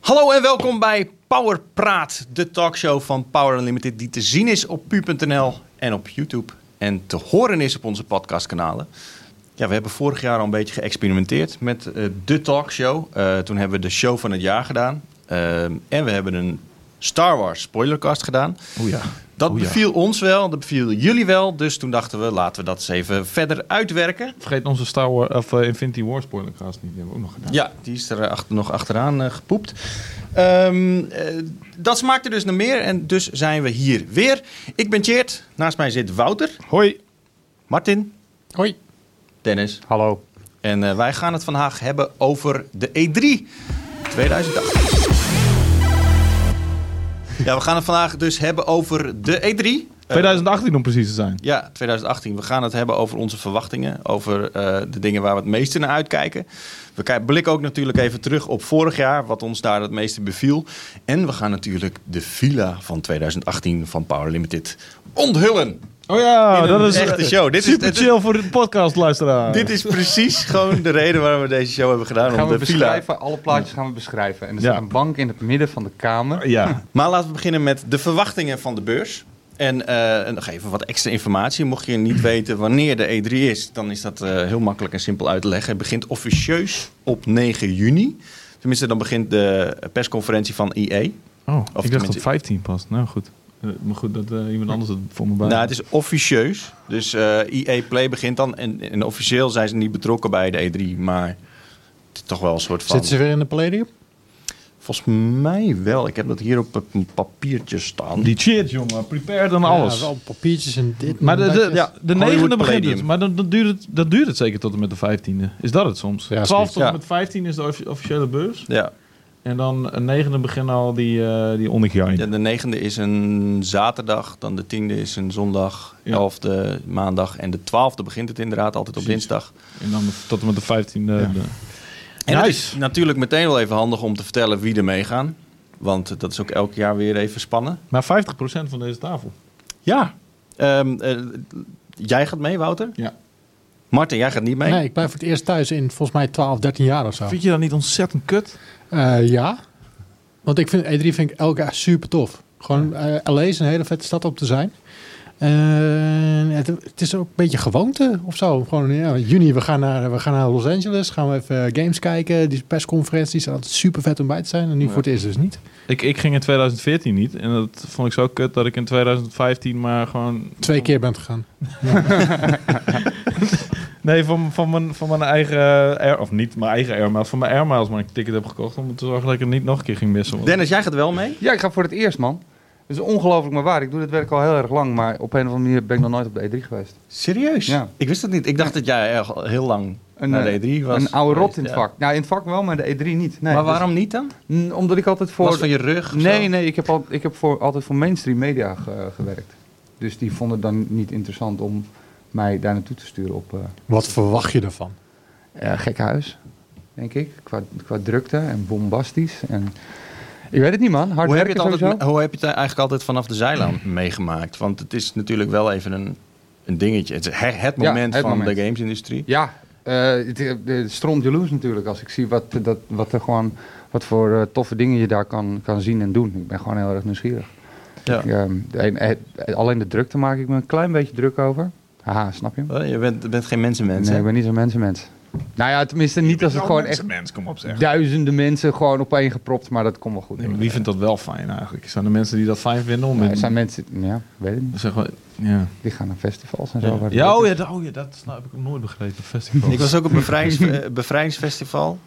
Hallo en welkom bij Power Praat, de talkshow van Power Unlimited die te zien is op pu.nl en op YouTube en te horen is op onze podcastkanalen. Ja, we hebben vorig jaar al een beetje geëxperimenteerd met eh, de talkshow. Eh, toen hebben we de show van het jaar gedaan Ehm, en we hebben een Star Wars spoilercast gedaan. O Oh ja. Dat O ja. beviel ons wel, dat beviel jullie wel, dus toen dachten we laten we dat eens even verder uitwerken. Vergeet onze Star Wars of eh, Infinity War spoilercast niet. Die hebben we ook nog gedaan. Ja, die is er eh, achter, nog achteraan eh, gepoept. Ehm, eh, dat smaakte dus naar meer en dus zijn we hier weer. Ik ben Tjeerd, naast mij zit Wouter, Hoi. Martin, Hoi. Dennis. Hallo. En eh, wij gaan het vandaag hebben over de E E3 2008. Ja, we gaan het vandaag dus hebben over de E3. Eh, 2018 om precies te zijn. ja, 2018. We gaan het hebben over onze verwachtingen. Over eh, de dingen waar we het meeste naar uitkijken. We kij- blikken ook natuurlijk even terug op vorig jaar. Wat ons daar het meeste beviel. En we gaan natuurlijk de villa van 2018 van Power Limited onthullen. Oh ja, In dat een is echte show. Dit is- super dit is- chill voor de podcastluisteraar. Dit is precies gewoon de reden waarom we deze show hebben gedaan. Gaan om we de villa. beschrijven, alle plaatjes gaan we beschrijven. En er Ja. staat een bank in het midden van de Oh, kamer. Ja. Maar laten we beginnen met de verwachtingen van de beurs. En eh, nog even wat extra informatie. Mocht je niet weten wanneer de E3 is, dan is dat eh, heel makkelijk en simpel uit te leggen. Het begint officieus op 9 juni. Tenminste, dan begint de persconferentie van E. EA. Oh, Of ik dacht dat tenminste- 15 pas. Nou goed. Eh, maar goed, dat eh, iemand anders het voor me bij. Nou, het is officieus. Dus IE EA Play begint dan. En, en officieel zijn ze niet betrokken bij de E3, maar het is toch wel een soort van... Zitten ze weer in de Palladium? Volgens mij wel. Ik heb dat hier op een papiertje staan. Die cheert, jongen. Prepared dan Ja, alles. wel papiertjes en dit. en maar de, dat. de, Ja, de Hollywood negende begint Palladium. het. Maar dan, dan duurt het, dat duurt het zeker tot en met de 15e. Is dat het soms? Ja, 12 tot en ja. met 15 is de offi- officiële beurs. Ja. En dan de negende beginnen al die, eh die ondergejaarden. Ja, de negende is een zaterdag, dan de tiende is een zondag, Ja. elfde maandag en de twaalfde begint het inderdaad altijd op Precies. dinsdag. En dan tot en met de 15e. de- En het is Nice. natuurlijk meteen wel even handig om te vertellen wie er meegaan, want dat is ook elk jaar weer even spannen. Maar 50% van deze tafel. Ja. Ehm, eh, jij gaat mee, Wouter? Ja. Martin, jij gaat niet mee? Nee, ik blijf voor het eerst thuis in volgens mij 12, 13 jaar of zo. Vind je dat niet ontzettend kut? Eh, ja. Want ik vind E3 vind ik elk jaar super tof. Gewoon eh, LA is een hele vette stad om te zijn. En het, het is ook een beetje gewoonte of zo. Gewoon ja, juni, we gaan, naar, we gaan naar Los Angeles. Gaan we even eh, games kijken. Die persconferenties zijn altijd super vet om bij te zijn. En nu voor het eerst dus niet. Ik, ik ging in 2014 niet. En dat vond ik zo kut dat ik in 2015 maar gewoon... Twee keer bent gegaan. Nee, van, van, mijn, van mijn eigen... Air, of niet mijn eigen airmails. Van mijn airmails maar een ticket heb gekocht. Om te zorgen dat ik het niet nog een keer ging missen. Want- Dennis, jij gaat wel mee? Ja, ik ga voor het eerst, man. Het is ongelooflijk maar waar. Ik doe dit werk al heel erg lang, maar op een of andere manier ben ik nog nooit op de E3 geweest. Serieus? Ja. Ik wist dat niet. Ik dacht dat jij echt al heel lang Een, naar eh, Nou, de E3 was. een oude rot in het Ja. vak. Nou, in het vak wel, maar de E3 niet. Nee, maar dus- waarom niet dan? Mm, omdat ik altijd voor... Was van je rug? of nee, zo? nee, ik heb, al, ik heb voor, altijd voor mainstream media ge- gewerkt. Dus die vonden het dan niet interessant om mij daar naartoe te sturen op... eh, Wat verwacht je ervan? Ja, gek huis, denk ik. Qua, qua drukte en bombastisch. En... Ik weet het niet, man. Hard Hoe heb, je het werken altijd, sowieso. hoe heb je het eigenlijk altijd vanaf de zijlijn meegemaakt? Want het is natuurlijk wel even een, een dingetje. Het, is he- het Ja, moment het van moment. de gamesindustrie. Ja, eh, het, eh, het stroomt jaloers natuurlijk als ik zie wat, eh, dat, wat, er gewoon, wat voor eh, toffe dingen je daar kan, kan zien en doen. Ik ben gewoon heel erg nieuwsgierig. Ja. Ik, eh, en- en- alleen de drukte maak ik me een klein beetje druk over. Haha, snap je? hem? Oh, Je bent, bent geen mensenmens. Nee, hè? ik ben niet zo'n mensenmens. Nou ja, tenminste niet als het gewoon echt Mens, kom op zeg. duizenden mensen gewoon opeen gepropt, maar dat komt wel goed. Nee, maar wie vindt dat wel fijn eigenlijk? Zijn er mensen die dat fijn vinden om... Nou, in- er zijn mensen, ja, weet ik niet. Zeg maar, ja. Die gaan naar festivals en zo. waar het Ja, leuk oh is. ja, dat- oh ja, dat snap- heb ik nooit begrepen. Festivals. Ik was ook op een bevrijds, eh, bevrijdingsfestival.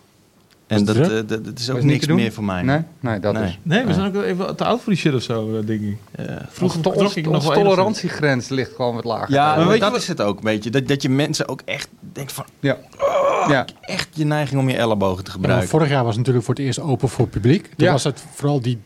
En Was dat, het druk? eh, dat, dat is Was ook het niet niks te doen? meer voor mij. Nee, nee, dat Nee. is. Nee, we Ja. zijn ook even te oud voor die shit of zo, eh, denk ik. Eh, Vroeger Onze to- trok ik onze nog wel enigszins. tolerantiegrens ligt gewoon wat lager. ja, maar maar weet je dat wat- is het ook, weet je. Dat, dat je mensen ook echt denkt van... ja. ja. Echt je neiging om je ellebogen te Ja, maar gebruiken. vorig jaar was het natuurlijk voor het eerst open voor publiek. Toen Ja. was het vooral die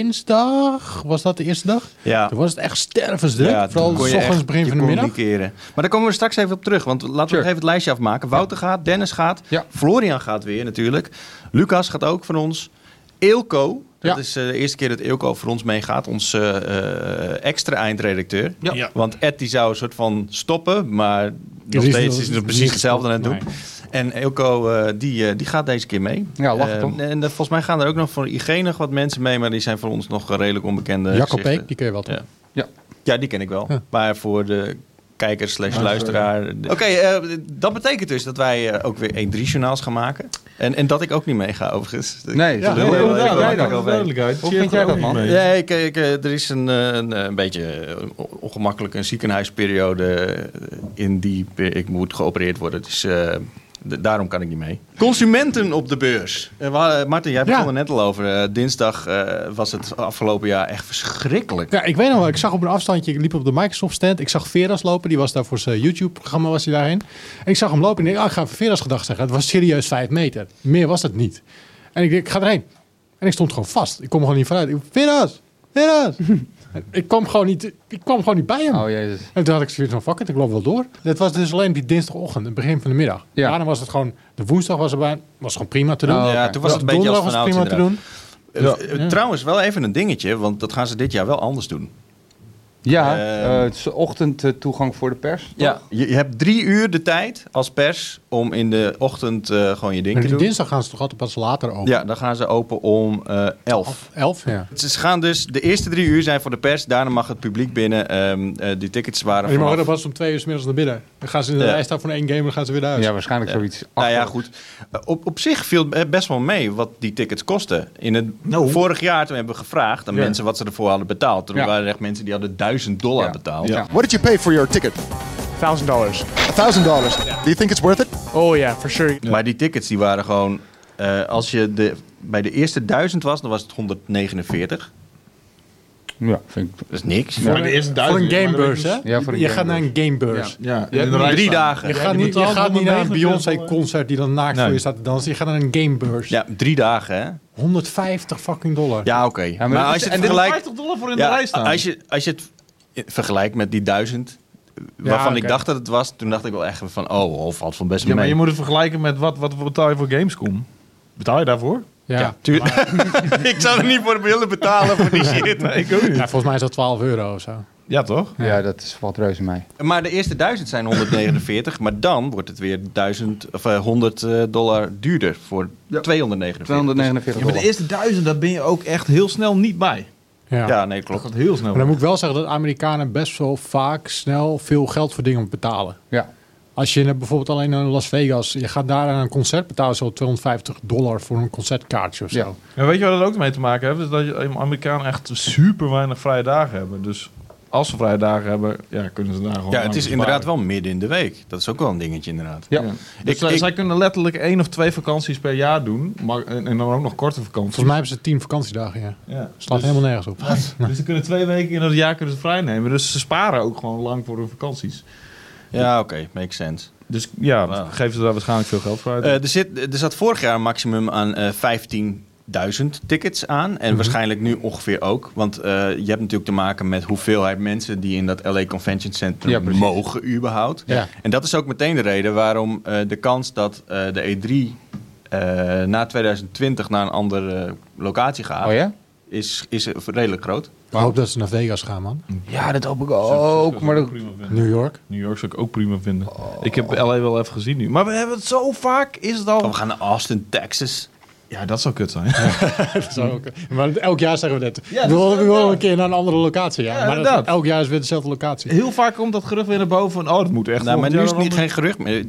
dinsdag, was dat de eerste dag? Ja. Toen was het echt stervensdruk. Ja, toen vooral kon s je ochtends, echt- begin je van de kon middag. niet keren. Maar daar komen we straks even op terug. Want laten we Sure. nog even het lijstje afmaken. Wouter gaat, Dennis gaat, Ja. Florian gaat weer natuurlijk. Lucas gaat ook van ons. Eelco, dat Ja. is eh, de eerste keer dat Eelco voor ons meegaat. Ons eh, eh, extra eindredacteur. Ja. Ja. Want Ed die zou een soort van stoppen, maar nog is steeds nog- is het niet precies hetzelfde aan het doen. gestopt, En Elko, eh, die, eh, die gaat deze keer mee. Ja, lachen Eh, toch? En eh, volgens mij gaan er ook nog voor IG nog wat mensen mee, maar die zijn voor ons nog eh, redelijk onbekende Jacob gezichten. Eek, die ken je wel toch? Ja. Ja, die ken ik wel. Maar voor de kijker slash Maar, luisteraar... de- Oké, eh, dat betekent dus dat wij eh, ook weer 1-3-journaals gaan maken. En, en dat ik ook niet mee ga, overigens. Nee, Ja, dat nee, wil- nee, wil- nee, wil- nee, wil- nee, wil- nee. Hoe vind jij dat, man? Ja, ik, ik, eh, er is een, eh, een, eh, een beetje eh, on- ongemakkelijk een ziekenhuisperiode eh, in die pe- ik moet geopereerd worden. Dus eh, d- daarom kan ik niet mee. Consumenten op de beurs. Eh, we hadden- Martin, jij begon Ja. er net al over. Eh, dinsdag eh, was het afgelopen jaar echt verschrikkelijk. Ja, ik weet nog wel. Ik zag op een afstandje, ik liep op de Microsoft stand. Ik zag Veras lopen, die was daar voor zijn YouTube-programma, was hij daarheen. En ik zag hem lopen en ik dacht, ah, ik ga even Veras gedag zeggen. Het was serieus vijf meter. Meer was het niet. En ik dacht, ik ga erheen. En ik stond gewoon vast. Ik kom gewoon niet vooruit. Ik, Veras! Veras! ik, kwam gewoon niet, ik kwam gewoon niet bij hem. Oh jezus. En toen had ik zoiets van, fuck it, ik loop wel door. Dat was dus alleen die dinsdagochtend, het begin van de middag. Ja. Daarna was het gewoon, de woensdag was er bij, was gewoon prima te doen. Oh, Ja, oké. toen was het een beetje als donderdag was het vanouds prima te inderdaad. doen. Eh, eh, Trouwens, wel even een dingetje, want dat gaan ze dit jaar wel anders doen. Ja, Eh, eh, het is ochtendtoegang voor de pers. Ja. Je, je hebt drie uur de tijd als pers om in de ochtend eh, gewoon je ding Maar te die doen. dinsdag gaan ze toch altijd pas later open. Ja, dan gaan ze open om eh elf. Elf, ja. Ze ze gaan dus de eerste drie uur zijn voor de pers. Daarna mag het publiek binnen. Ehm, eh, die tickets waren. Je mag vanaf- er pas om twee uur 's middags naar binnen. Dan gaan ze in de Ja. rij staan voor één game en dan gaan ze weer naar huis. Ja, waarschijnlijk zoiets. Nou ja, achterlijks. goed. Eh, Op, op zich viel eh, best wel mee wat die tickets kosten. In het Nou. vorig jaar toen hebben we gevraagd aan Ja. mensen wat ze ervoor hadden betaald. Toen Ja. waren er echt mensen die hadden 1000 dollar Ja. betaald. Ja. What did you pay for your ticket? Thousand dollars. $1,000. Do you think it's worth it? Oh yeah, for sure. Maar die tickets die waren gewoon. eh, als je de, bij de eerste 1000 was, dan was het 149. Ja, vind ik. Dat is niks. Maar de eerste Voor een duizend- gamebeurs, hè? Ja, voor een je gamebeurs. gaat naar een gamebeurs. Ja, Je hebt in de rij Drie staan. dagen. Je Ja, gaat die niet, je betaalt gaat niet naar een 149 Beyoncé-concert die dan naakt voor Nee. je staat te dansen. Je gaat naar een gamebeurs. Ja, drie dagen hè? 150 fucking dollar. Ja, oké. maar, maar dat als is- je het En dit is vergelijkt. 50 dollar voor in Ja, de rij staan. Als je, als je het vergelijkt met die duizend, waarvan ik oké. dacht dat het was, toen dacht ik wel echt van, oh, oh, valt van best ja, mee. maar je moet het vergelijken met wat, wat betaal je voor Gamescom. Betaal je daarvoor? Ja. Ja, tuurlijk. ik zou er niet voor willen betalen voor die shit. Nee, ik ook Ja, niet. volgens mij is dat 12 euro of zo. Ja, toch? Ja, dat is, valt reuze mee. Maar de eerste duizend zijn 149, maar dan wordt het weer 1000 of eh, 100 eh, dollar duurder voor 249. 249 Ja, maar de dollar. eerste duizend, daar ben je ook echt heel snel niet bij. Ja. Ja, nee, Dat klopt. gaat heel snel. Maar dan moet ik wel zeggen dat Amerikanen best wel vaak snel veel geld voor dingen betalen. Ja. Als je naar bijvoorbeeld alleen naar Las Vegas, je gaat daar aan een concert betalen, zo 250 dollar voor een concertkaartje of zo. Ja. Maar weet je waar dat ook mee te maken heeft? Is dat je- Amerikanen echt super weinig vrije dagen hebben. Dus als ze vrije dagen hebben, ja, kunnen ze daar gewoon Ja, aan het is besparen. inderdaad wel midden in de week. Dat is ook wel een dingetje inderdaad. Ja. Dus Ik- zij, ik- zij kunnen letterlijk één of twee vakanties per jaar doen. Maar, en, en dan ook nog korte vakanties. Volgens mij hebben ze 10 vakantiedagen, ja. ja. Slaat dus, helemaal nergens op. dus ze kunnen twee weken in het jaar kunnen ze vrij nemen. Dus ze sparen ook gewoon lang voor hun vakanties. Ja, oké, makes sense. Dus ja, Wauw. geven ze daar waarschijnlijk veel geld voor uit. Nou. Eh, er, zit, er zat vorig jaar een maximum aan eh 15.000 tickets aan. En Mhm. waarschijnlijk nu ongeveer ook. Want eh, je hebt natuurlijk te maken met hoeveelheid mensen die in dat LA Convention Center Ja, precies. mogen überhaupt. Ja. En dat is ook meteen de reden waarom eh, de kans dat eh, de E3 eh, na 2020 naar een andere locatie gaat, Oh ja? is, is redelijk groot. Ik hoop dat ze naar Vegas gaan, man. Ja, dat hoop ik ook. Maar dat- prima vinden. New York. New York zou ik ook prima vinden. Ik heb LA wel even gezien nu. Maar we hebben het zo vaak, is het Oh, al... we gaan naar Austin, Texas. Ja, dat zou kut zijn. Dat zou ook- Maar elk jaar zeggen we dat. Ja, we willen dat- we willen ja. een keer naar een andere locatie. Ja. Ja, maar dat- inderdaad. elk jaar is weer dezelfde locatie. Heel vaak komt dat gerucht weer naar boven van, oh, dat moet echt. Nou, maar volgend nu is jaar het niet, wel geen gerucht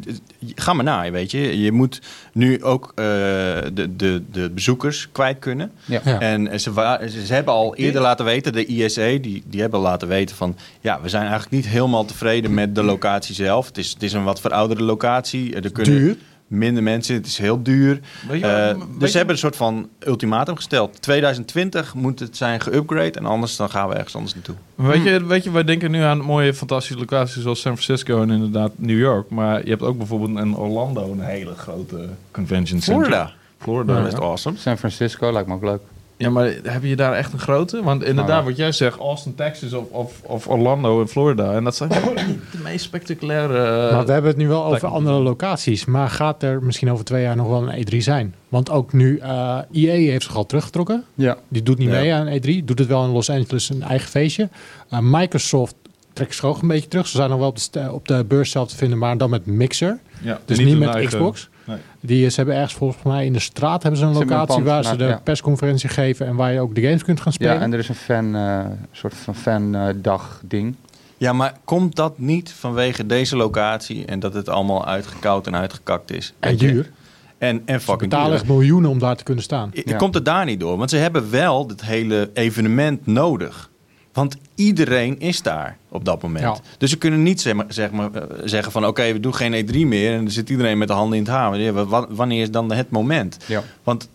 meer. Ga maar na, weet je. Je moet nu ook eh, de, de, de bezoekers kwijt kunnen. Ja. Ja. En eh, ze, wa- ze, ze hebben al eerder laten weten, de ISE, die, die hebben laten weten van... ja, we zijn eigenlijk niet helemaal tevreden met de locatie zelf. Het is, het is een wat verouderde locatie. Er kunnen Duur. minder mensen, het is heel duur. Weet je Eh, wat- dus weet ze je- hebben een soort van ultimatum gesteld. 2020 moet het zijn geüpgrade en anders dan gaan we ergens anders naartoe. Maar Weet je, weet je, wij denken nu aan mooie, fantastische locaties zoals San Francisco en inderdaad New York. Maar je hebt ook bijvoorbeeld in Orlando een hele grote convention center. Florida. Florida. Dat ja. is awesome. San Francisco lijkt me ook leuk. Ja, maar heb je daar echt een grote? Want inderdaad, Nou. wat jij zegt, Austin, Texas of, of, of Orlando in Florida. En dat zijn niet de meest spectaculaire... eh, maar we hebben het nu wel over lijkt me- andere locaties. Maar gaat er misschien over twee jaar nog wel een E3 zijn? Want ook nu, eh EA heeft zich al teruggetrokken. Ja. Die doet niet Ja. mee aan E3. Doet het wel in Los Angeles een eigen feestje. Eh, Microsoft trekt zich ook een beetje terug. Ze zijn nog wel op de, st- eh, op de beurs zelf te vinden, maar dan met Mixer. Ja, Dus en niet een met eigen- Xbox? Nee. Die, eh, ze hebben ergens volgens mij in de straat hebben ze een Ze hebben een locatie pand, waar ze maar- de ja. persconferentie geven en waar je ook de games kunt gaan spelen. Ja, en er is een fan, eh, soort van fan-dag ding. Ja, maar komt dat niet vanwege deze locatie en dat het allemaal uitgekoud en uitgekakt is? En Weet je? duur. En, en Ze fucking betalen duur. echt miljoenen om daar te kunnen staan. I- Ja. Komt het daar niet door? Want ze hebben wel dit hele evenement nodig. Want iedereen is daar op dat moment. Ja. Dus ze kunnen niet zeg maar, zeg maar, eh, zeggen van... oké, we doen geen E3 meer en dan zit iedereen met de handen in het haar. Want ja, wa- Wanneer is dan het moment? Ja. Want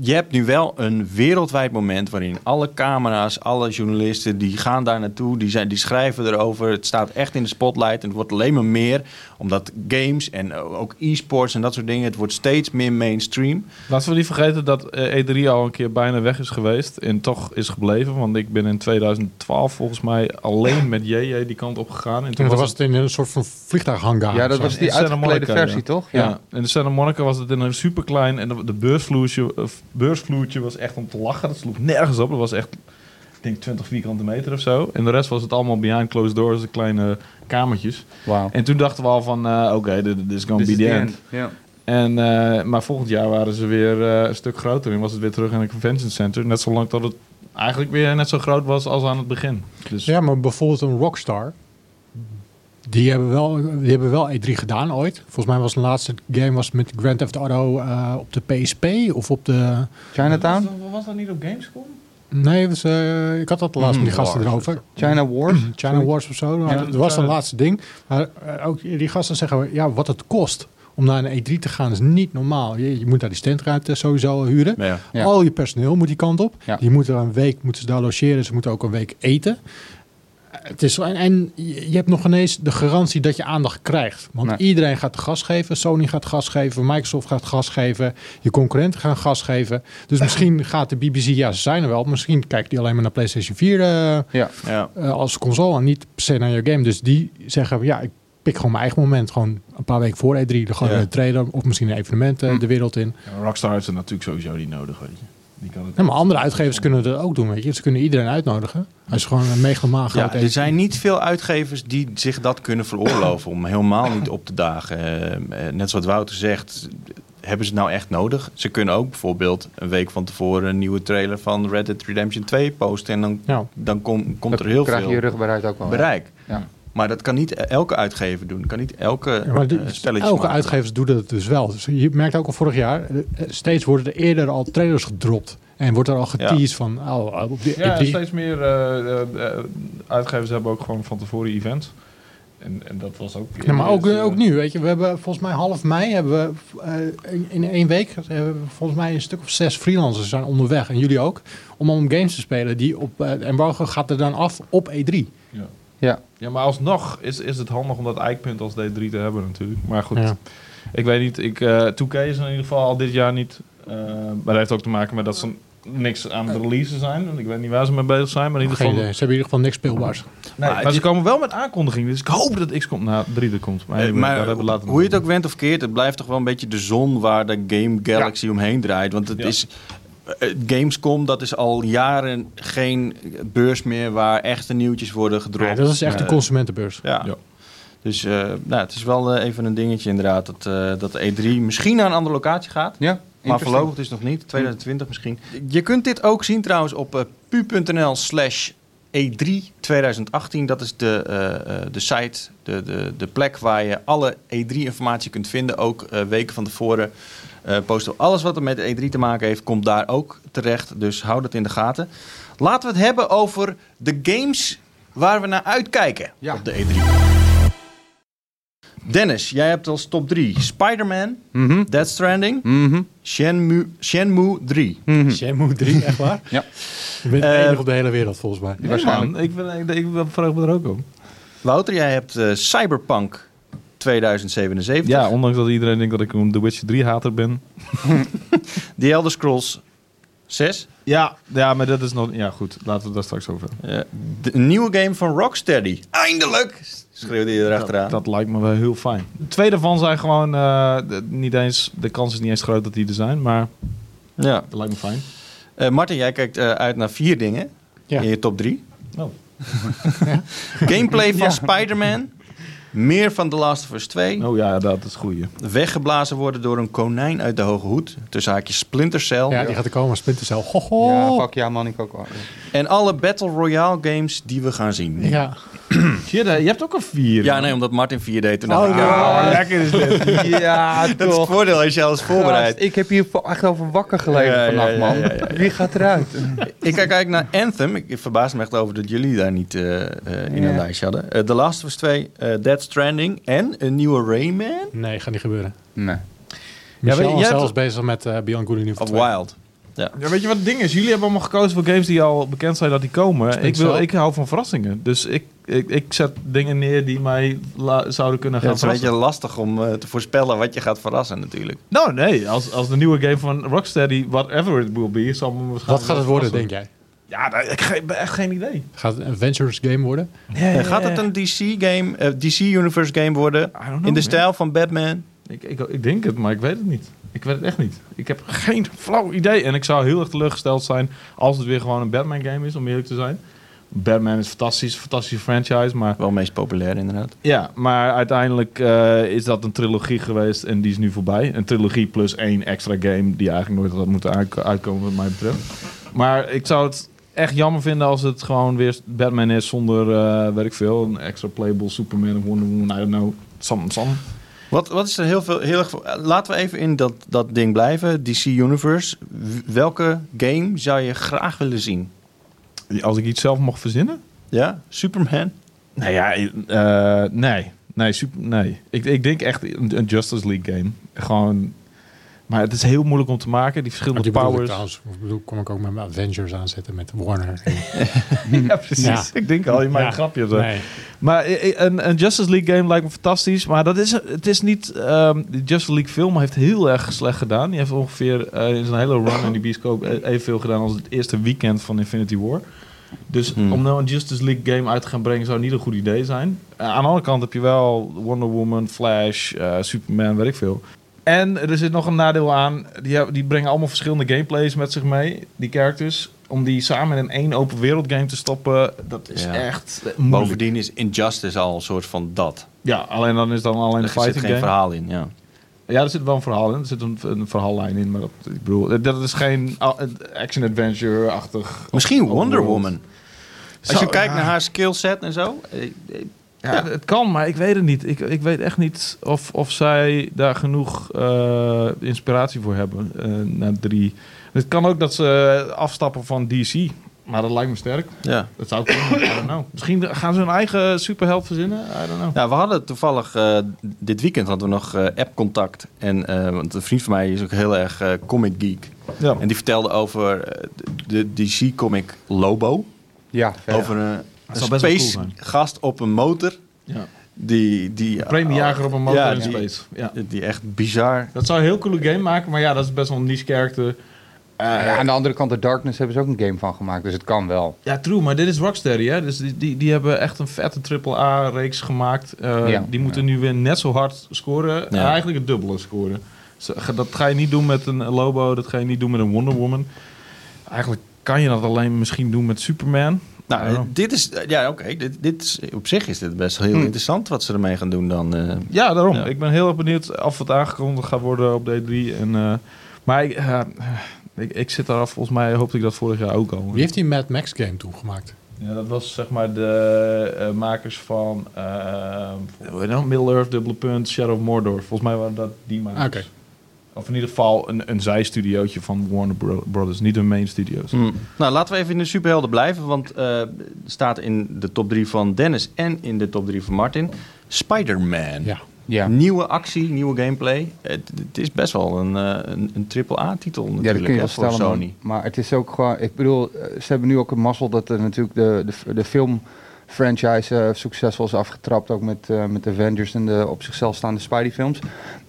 je hebt nu wel een wereldwijd moment... waarin alle camera's, alle journalisten... die gaan daar naartoe, die, zijn, die schrijven erover. Het staat echt in de spotlight en het wordt alleen maar meer... omdat games en eh, ook e-sports en dat soort dingen... het wordt steeds meer mainstream. Laten we niet vergeten dat eh, E3 al een keer bijna weg is geweest. En toch is gebleven. Want ik ben in 2012 volgens mij alleen met JJ die kant op gegaan. En Toen toen was was het in een soort van vliegtuighangar. ja, of dat zo. was die Santa uitgeklede Monica, versie, ja. toch? Ja. in de Santa Monica was het in een superklein en de- de beursvloertje, eh, beursvloertje was echt om te lachen. Dat sloeg nergens op. Dat was echt, ik denk 20 vierkante meter of zo. En de rest was het allemaal behind closed doors, de kleine kamertjes. Wauw. En toen dachten we al van, eh, oké, dit dit is gonna This be is the the end. end. Ja. En, eh, maar volgend jaar waren ze weer eh, een stuk groter en was het weer terug in een convention center. Net zolang dat het eigenlijk weer net zo groot was als aan het begin. Dus Ja, maar bijvoorbeeld een Rockstar. Die hebben, wel, die hebben wel E3 gedaan ooit. Volgens mij was de laatste game was met Grand Theft Auto eh, op de PSP of op de... Chinatown? Was, was dat niet op Gamescom? Nee, was, eh, ik had dat laatst met die gasten Wars. erover. China Wars? China Wars of zo. Nou, Ja, dat was China- eh, het laatste ding. Maar eh, ook die gasten zeggen, ja, wat het kost om naar een E3 te gaan is niet normaal. Je, je moet daar die standruimte sowieso al huren. Ja. Ja. Al je personeel moet die kant op. Ja. Die moeten een week moeten ze daar logeren. Ze moeten ook een week eten. Eh, Het is, en, en je je hebt nog ineens de garantie dat je aandacht krijgt. Want Nee. iedereen gaat gas geven. Sony gaat gas geven. Microsoft gaat gas geven. Je concurrenten gaan gas geven. Dus misschien gaat de BBC, ja ze zijn er wel. Misschien kijkt die alleen maar naar PlayStation 4 eh, Ja. Ja. eh, als console en niet per se naar je game. Dus die zeggen, ja, ik pik gewoon mijn eigen moment. Gewoon een paar weken voor E3, dan gewoon Ja. een trailer of misschien een evenement eh, Hm. de wereld in. Ja, Rockstar heeft het natuurlijk sowieso niet nodig, weet je. Die kan het Ja, maar andere uitgevers kunnen dat ook doen, weet je. Ze kunnen iedereen uitnodigen. Als je gewoon een megalomaan Ja, gaat er zijn niet veel uitgevers die zich dat kunnen veroorloven om helemaal niet op te dagen. Ehm, eh, net zoals Wouter zegt, hebben ze het nou echt nodig? Ze kunnen ook bijvoorbeeld een week van tevoren een nieuwe trailer van Red Dead Redemption 2 posten en dan, Ja. dan kom- komt Dat er heel krijg je je veel rugbaarheid ook wel. ja. bereik. Ja. Maar dat kan niet elke uitgever doen. Kan niet elke Ja, maar eh, de- spelletje. elke maken. uitgevers doet dat dus wel. Dus je merkt ook al vorig jaar, eh, eh, steeds worden er eerder al trailers gedropt. En wordt er al geteased van, oh, op die, Ja, op die- steeds meer eh, eh, eh, uitgevers hebben ook gewoon van tevoren events. En, en dat was ook... Ja, maar ook, eerst, eh, ook nu, weet je. We hebben volgens mij half mei, hebben we eh, in, in één week, hebben we volgens mij een stuk of zes freelancers zijn onderweg. En jullie ook. Om om games te spelen. Die op, eh, de embargo gaat er dan af op E E3. Ja. Ja. ja, maar alsnog is, is het handig om dat eikpunt als D3 te hebben natuurlijk. Maar goed, Ja. ik weet niet. Ik, eh 2K is in ieder geval al dit jaar niet. eh, maar dat heeft ook te maken met dat ze niks aan het releasen zijn. En ik weet niet waar ze mee bezig zijn. Maar in ieder Geen geval... idee. Ze hebben in ieder geval niks speelbaars. Nee, Maar maar, dit- ze komen wel met aankondigingen. Dus ik hoop dat X komt na 3 er komt. Maar, Eh, maar dat hebben we later hoe je het ook went of keert, het blijft toch wel een beetje de zon waar de Game Galaxy omheen draait. Want het Ja. is. eh, Gamescom, dat is al jaren geen beurs meer waar echte nieuwtjes worden gedropt. Ja, dat is echt Eh, een consumentenbeurs. Ja. Ja. Dus eh, nou, het is wel eh, even een dingetje inderdaad dat, eh, dat de E3 misschien naar een andere locatie gaat. Ja, Maar interesting. voorlopig dus nog niet. 2020 misschien. Je kunt dit ook zien trouwens op eh, pu.nl slash E3 2018. Dat is de, eh, eh, de site, de, de, de plek waar je alle E3-informatie kunt vinden. Ook eh, weken van tevoren eh, posten we alles wat er met E3 te maken heeft. Komt daar ook terecht, dus hou dat in de gaten. Laten we het hebben over de games waar we naar uitkijken Ja. op de E3. Dennis, jij hebt als top 3 Spider-Man, Mhm. Dead Stranding, Mhm. Shenmue, Shenmue 3. Hmm. Mhm. Shenmue 3, echt waar? Ja. Je bent Eh, de enige op de hele wereld, volgens mij. Nee, waarschijnlijk. man, ik, ben, ik, ik ben- vraag me er ook om. Wouter, jij hebt eh, Cyberpunk 2077. Ja, ondanks dat iedereen denkt dat ik een The Witcher 3-hater ben. The Elder Scrolls 6. Ja, ja, maar dat is nog... Ja, goed. Laten we daar straks over hebben. eh, de een nieuwe game van Rocksteady. Eindelijk! Schreeuwde je erachteraan. Dat lijkt me wel heel fijn. Twee daarvan zijn gewoon eh, d- niet eens... De kans is niet eens groot dat die er zijn, maar Ja. dat lijkt me fijn. Eh, Martin, jij kijkt eh, uit naar vier dingen Ja. in je top 3. Oh. Gameplay van Spider-Man. Meer van The Last of Us 2. Oh ja, dat is goeie. Weggeblazen worden door een konijn uit de hoge hoed. Tussen haakjes Splinter Cell. Ja, die gaat er komen als Splinter Cell. Ho, ho. Ja, fuck ja, man, ik ook wel. En alle Battle Royale games die we gaan zien. Ja, Ja. Shit, hè, je hebt ook een vier. nee, omdat Martin 4 deed. Toen Oh, dacht ik, ja. ah, lekker is dit. Ja, Dat is het voordeel als je alles voorbereidt. Gast, Ik heb hier echt over wakker gelegen Ja, ja, vannacht, ja, man. ja, ja, ja. Wie gaat eruit? Ik kijk eigenlijk naar Anthem. Ik, ik verbaas me echt over dat jullie daar niet eh, eh, in een Ja. lijstje hadden. Eh, The Last of Us 2, eh, Dead Stranding en een nieuwe Rayman. Nee, gaat niet gebeuren. Nee. Ja, Michel weet je, is jij zelfs hebt- bezig met eh, Beyond Good and Evil Of 2. Wild. Ja, weet je wat het ding is? Jullie hebben allemaal gekozen voor games die al bekend zijn dat die komen. Ik, wil, Cell. ik hou van verrassingen. Dus ik, ik, ik zet dingen neer die mij la- zouden kunnen Ja, gaan het is een beetje verrassen. lastig om eh, te voorspellen wat je gaat verrassen natuurlijk. Nou nee, als, als de nieuwe game van Rocksteady, whatever it will be, zal me Wat gaat het worden, denk jij? Ja, daar- ik heb echt geen idee. Gaat het een Adventures game worden? Eh, gaat het een DC-game, DC-universe game worden? I don't know, in de man. stijl van Batman? Ik, ik, ik denk het, maar ik weet het niet. Ik weet het echt niet. Ik heb geen flauw idee. En ik zou heel erg teleurgesteld zijn als het weer gewoon een Batman-game is, om eerlijk te zijn. Batman is fantastisch, fantastische franchise, maar Wel meest populair inderdaad. Ja, maar uiteindelijk eh, is dat een trilogie geweest en die is nu voorbij. Een trilogie plus één extra game die eigenlijk nooit had moeten uitk- uitkomen wat mij betreft. Maar ik zou het echt jammer vinden als het gewoon weer Batman is zonder, eh, weet ik veel, een extra playable Superman of Wonder Woman, I don't know, Sam Sam. Wat, wat is er heel veel... Heel erg, eh, laten we even in dat, dat ding blijven, DC Universe. W- welke game zou je graag willen zien? Als ik iets zelf mocht verzinnen? Ja, Superman? Nou ja, eh, nee. Nee, super, nee. Ik, ik denk echt een, een Justice League game. Gewoon... Maar het is heel moeilijk om te maken. Die Oh, verschillende die bedoel ik powers. trouwens. Ik bedoel, kom ik ook met mijn Avengers aanzetten met Warner. Ja, precies. Ja. Ik denk al, je maakt Ja. een grapje. of zo. Nee. Maar eh, eh, een, een Justice League game lijkt me fantastisch. Maar dat is, het is niet... ehm, de Justice League film heeft heel erg slecht gedaan. Die heeft ongeveer eh, in zijn hele run in die bioscoop e- evenveel gedaan... als het eerste weekend van Infinity War. Dus Hmm. om nou een Justice League game uit te gaan brengen... zou niet een goed idee zijn. Eh, aan de andere kant heb je wel Wonder Woman, Flash, eh, Superman, weet ik veel. En er zit nog een nadeel aan. Die, hebben- die brengen allemaal verschillende gameplays met zich mee. Die characters. Om die samen in één open wereld game te stoppen... dat is Ja. echt eh, moeilijk. Bovendien is Injustice al een soort van dat. Ja, alleen dan is dan alleen Er een zit geen fighting game. verhaal in, ja. Ja, er zit wel een verhaal in. Er zit een, een verhaallijn in, maar dat, ik bedoel, eh, dat is geen a- action-adventure-achtig. Misschien Wonder Overworld. Woman. Als je Zou- kijkt Oh, ja. naar haar skillset en zo. eh, eh, Ja, Het kan, maar ik weet het niet. Ik, ik weet echt niet of, of zij daar genoeg eh, inspiratie voor hebben eh, na drie. Het kan ook dat ze eh, afstappen van DC, maar dat lijkt me sterk. Ja. Dat zou kunnen, I don't know. Misschien gaan ze hun eigen superheld verzinnen, I don't know. Nou, we hadden toevallig, eh, dit weekend hadden we nog eh, app-contact. En, eh, want een vriend van mij is ook heel erg eh, comic geek. Ja. En die vertelde over eh, de DC-comic Lobo. Ja, vet. Over een, een zou best wel cool space zijn. gast op een motor. ja. Die, die, Premiejager op een motor Ja, in die- space. Ja. Die echt bizar. Dat zou een heel coole game maken, maar ja, dat is best wel een niche character. Ja, aan de andere kant, de Darkness hebben ze ook een game van gemaakt, dus het kan wel. Ja, true, maar dit is Rocksteady, hè? Dus die, die, die hebben echt een vette AAA-reeks gemaakt. Eh, Ja. die moeten nu weer net zo hard scoren. Eh, Ja. Eigenlijk het dubbele scoren. Zo, ga- Dat ga je niet doen met een Lobo, dat ga je niet doen met een Wonder Woman. Eigenlijk kan je dat alleen misschien doen met Superman. Nou, I don't know. dit is, ja oké, dit, dit is, op zich is dit best wel Hm. heel interessant wat ze ermee gaan doen dan. eh. Ja, daarom. Ja. Ik ben heel erg benieuwd of het aangekondigd gaat worden op D3. En, eh, maar ik, eh, ik, ik zit daar af. Volgens mij hoopte ik dat vorig jaar ook al. Wie heeft die Mad Max game toen gemaakt? Ja, dat was zeg maar de eh, makers van eh, hoe heet dat? Middle-earth, Dubbele Punt, Shadow of Mordor. Volgens mij waren dat die makers. Oké. Of in ieder geval een, een zijstudiootje van Warner Bro- Brothers, niet hun main studios. Hm. Hmm. Nou, laten we even in de superhelden blijven, want eh, er staat in de top 3 van Dennis en in de top 3 van Martin. Spider-Man. Ja. Ja, Nieuwe actie, nieuwe gameplay. Het, het is best wel een, eh, een, een AAA-titel natuurlijk ja dat kun je hè, wel voor stellen. man. Sony. Maar het is ook gewoon, ik bedoel, eh, ze hebben nu ook een mazzel dat er natuurlijk de, de, de film franchise eh, succesvol is afgetrapt, ook met, eh met Avengers en de op zichzelf staande Spidey films.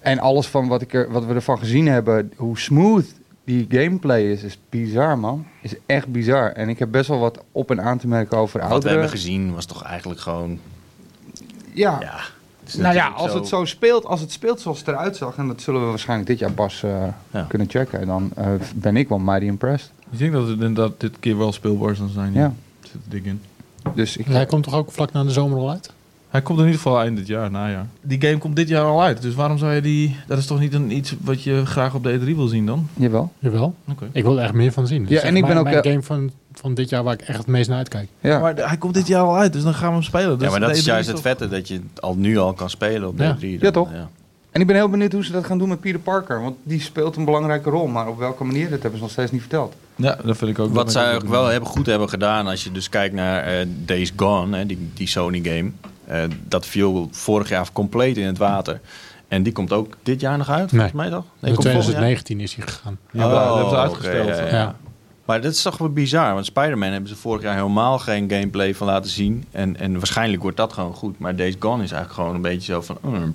En alles van wat, ik er, wat we ervan gezien hebben, hoe smooth die gameplay is, is bizar man. Is echt bizar. En ik heb best wel wat op en aan te merken over Wat we hebben ouderen. gezien was toch eigenlijk gewoon... Ja, Ja, het is Nou ja, natuurlijk als het zo speelt, als het speelt zoals het eruit zag, en dat zullen we waarschijnlijk dit jaar pas eh, Ja. kunnen checken, dan eh, ben ik wel mighty impressed. Ik denk dat het inderdaad dit keer wel speelbaar zal zijn. Ja. Zit er dik in. Dus ik, Hij komt toch ook vlak na de zomer al uit? Hij komt in ieder geval eind dit jaar, najaar. Die game komt dit jaar al uit, dus waarom zou je die... Dat is toch niet een, iets wat je graag op de E3 wil zien dan? Jawel. Jawel. Oké. Ik wil er echt meer van zien. Dat Ja, is en echt ik ben mijn- ook, Mijn eh, game van, van dit jaar waar ik echt het meest naar uitkijk. Ja. Maar hij komt dit jaar al uit, dus dan gaan we hem spelen. Dus ja, maar dat de is E3 juist het toch- vette dat je al nu al kan spelen op de Ja. 3 Ja, toch? En ik ben heel benieuwd hoe ze dat gaan doen met Peter Parker. Want die speelt een belangrijke rol. Maar op welke manier, dat hebben ze nog steeds niet verteld. Ja, dat vind ik ook. Wat zij dat vind ik eigenlijk ook wel hebben goed hebben gedaan, als je dus kijkt naar eh, Days Gone, hè, die, die Sony game, eh, dat viel vorig jaar compleet in het water. En die komt ook dit jaar nog uit, volgens mij toch? In komt volgend jaar. 2019 is hij gegaan. Ja, dat hebben ze Oh, oké, uitgesteld. ja, ja. Ja. Maar dat is toch wel bizar, want Spider-Man hebben ze vorig jaar helemaal geen gameplay van laten zien. En, en waarschijnlijk wordt dat gewoon goed. Maar Days Gone is eigenlijk gewoon een beetje zo van... mm,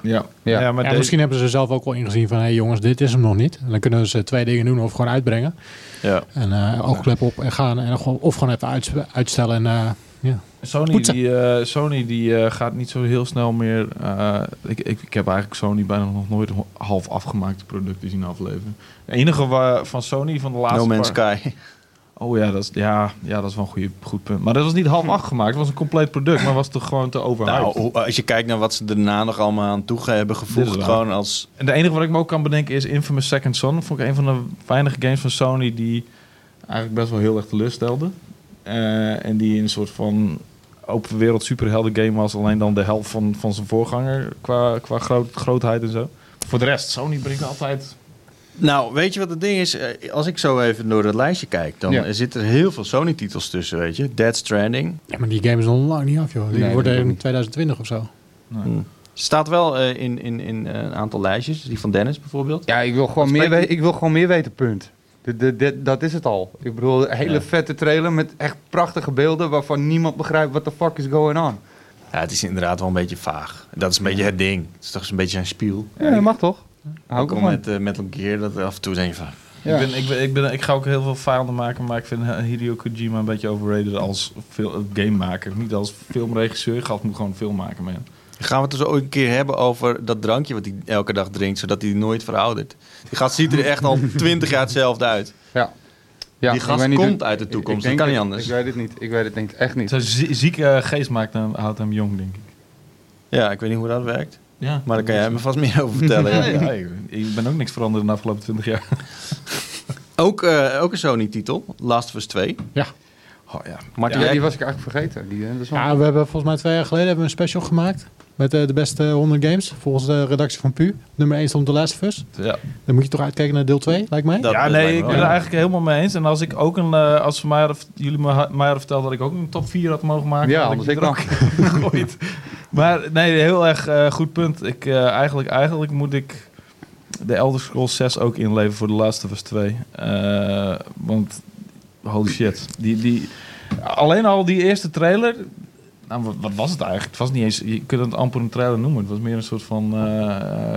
Ja, ja. Ja. maar Ja, deze- misschien hebben ze zelf ook wel ingezien van... hé hey jongens, dit is hem nog niet. En dan kunnen ze twee dingen doen of gewoon uitbrengen. ja. En eh oogklep op en gaan. En dan gewoon, of gewoon even uits- uitstellen. En, eh, ja. Sony, Poetsen. die, eh, Sony die, eh, gaat niet zo heel snel meer. eh, ik, ik, ik heb eigenlijk Sony bijna nog nooit ho- half afgemaakte producten zien afleveren. De enige wa- van Sony van de laatste. No Man's paar- Sky. Oh ja dat, is, ja, ja, dat is wel een goeie, goed punt. Maar dat was niet half afgemaakt. Het was een compleet product, maar was toch gewoon te overhyped. Nou, hoe- als je kijkt naar wat ze daarna nog allemaal aan toe hebben gevoegd, Dit is waar. gewoon als... En de enige wat ik me ook kan bedenken is Infamous Second Son. Vond ik een van de weinige games van Sony die eigenlijk best wel heel erg teleurstelde. Eh, en die een soort van open wereld superhelden game was. Alleen dan de helft van, van zijn voorganger qua, qua groot, grootheid en zo. Voor de rest, Sony brengt altijd... Nou, weet je wat het ding is? Eh, Als ik zo even door dat lijstje kijk, dan Ja. eh, zitten er heel veel Sony-titels tussen, weet je. Dead Stranding. Ja, maar die game is nog lang niet af, joh. Die Nee, wordt dat in ook niet. 2020 of zo. Staat wel eh, in, in, in eh, een aantal lijstjes. Die van Dennis bijvoorbeeld. Ja, ik wil gewoon, Wat meer, spreekt we- ik wil gewoon meer weten, punt. De- de- de- dat is het al. Ik bedoel, een hele Ja. vette trailer met echt prachtige beelden... waarvan niemand begrijpt what the fuck is going on. Ja, het is inderdaad wel een beetje vaag. Dat is een beetje het ding. Het is toch een beetje zijn spiel. Ja, dat mag toch? Hou ik Ook al ervan. met eh, Metal Gear, dat af en toe denk je van... Ja. Ik, ben, ik, ben, ik, ben, ik ga ook heel veel vijanden maken, maar ik vind eh, Hideo Kojima een beetje overrated als fil- gamemaker. Niet als filmregisseur, gaat moet gewoon film maken, man. Gaan we het dus ooit een keer hebben over dat drankje wat hij elke dag drinkt, zodat hij nooit veroudert. Die gast ziet er echt al twintig jaar hetzelfde uit. Ja. Ja, Die ik gast weet niet hoe- komt uit de toekomst, dat denk kan niet anders. Ik weet het niet, ik weet het niet, echt niet. Zijn zie- zieke geest maakt hem, houdt hem jong, denk ik. Ja, ik weet niet hoe dat werkt, Ja, maar daar kan jij me vast meer over vertellen. ja. Ja, ik, ik ben ook niks veranderd in de afgelopen 20 jaar. Ook, eh, ook een Sony-titel, Last of Us 2. Ja. Oh, ja. Martin, Ja, jij- die was ik eigenlijk vergeten. Die, eh, dat is wel- ja, we hebben volgens mij twee jaar geleden hebben we een special gemaakt. Met eh, de beste 100 games. Volgens de redactie van PU. Nummer 1 stond The Last of Us. Ja, Dan moet je toch uitkijken naar deel 2, lijkt mij. Dat- ja dat nee, lijkt ik me ben wel. er eigenlijk helemaal mee eens. En als ik ook een, eh, als ze mij hadden- jullie me, ha- mij hadden verteld dat ik ook een top 4 had mogen maken, Ja, had anders die ik er nog. ook in gegooid. Maar nee, heel erg eh, goed punt. Ik, eh, eigenlijk, eigenlijk moet ik de Elder Scrolls 6 ook inleveren voor de laatste was 2. Eh, want holy shit. Die, die, alleen al die eerste trailer. Nou, wat, wat was het eigenlijk? Het was niet eens, je kunt het amper een trailer noemen. Het was meer een soort van eh,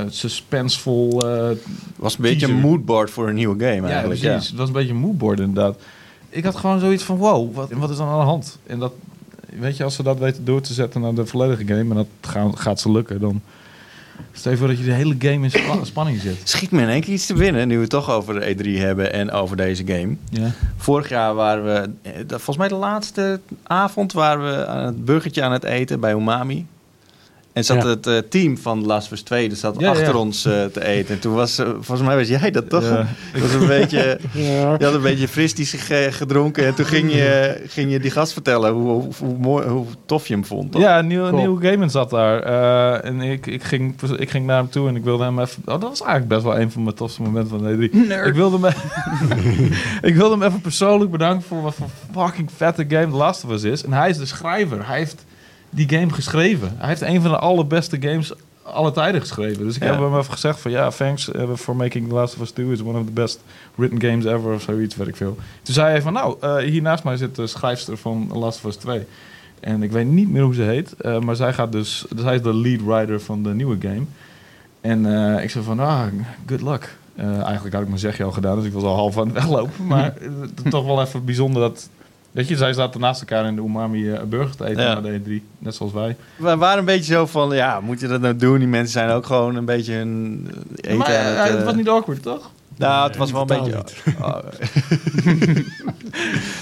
suspensevol eh, was een beetje een teaser. moodboard voor een nieuwe game Ja, eigenlijk. precies. Ja, Het was een beetje een moodboard inderdaad. Ik had gewoon zoiets van, wow, wat, wat is dan aan de hand? En dat, weet je, als ze dat weten door te zetten naar de volledige game... en dat gaan, gaat ze lukken, dan... Stel je voor dat je de hele game in spa- spanning zit. Schiet me in één keer iets te binnen, nu we het toch over de E3 hebben en over deze game. Ja. Vorig jaar waren we, eh, dat- volgens mij de laatste avond, waren we aan het burgertje aan het eten bij Umami. En zat Ja. het eh, team van Last of Us 2, dat zat Ja, ja. achter ons eh, te eten. En toen was, eh, volgens mij was jij dat toch? Ja. Dat was een beetje, Ja. je had een beetje fristies ge- gedronken. En toen ging je, ging je die gast vertellen hoe, hoe, hoe, mooi, hoe tof je hem vond. Toch? Ja, een nieuwe, Cool. nieuwe game in zat daar. Eh, en ik, ik, ging, ik ging naar hem toe en ik wilde hem even... Oh, dat was eigenlijk best wel een van mijn tofste momenten van de E3. Ik wilde, hem, e- ik wilde hem even persoonlijk bedanken voor wat voor fucking vette game The Last of Us is. En hij is de schrijver. Hij heeft die game geschreven. Hij heeft een van de allerbeste games alle tijden geschreven. Dus ik Ja. heb hem even gezegd van... Ja, thanks eh, for making The Last of Us 2. It's one of the best written games ever of zoiets, weet ik veel. Toen zei hij van... Nou, eh, hier naast mij zit de schrijfster van The Last of Us 2. En ik weet niet meer hoe ze heet. eh, maar zij, gaat dus, zij is de lead writer van de nieuwe game. En eh, ik zei van, ah, good luck. Eh, eigenlijk had ik mijn zegje al gedaan, dus ik was al half aan het weglopen. Maar eh, t- toch wel even bijzonder dat... Weet je, zij zaten naast elkaar in de umami eh burger te eten Ja. naar de E3. Net zoals wij. We waren een beetje zo van, ja, moet je dat nou doen? Die mensen zijn ook gewoon een beetje hun eten maar aan eh, het... het was eh, niet awkward, toch? Nou, het was wel een totaal beetje... Oh,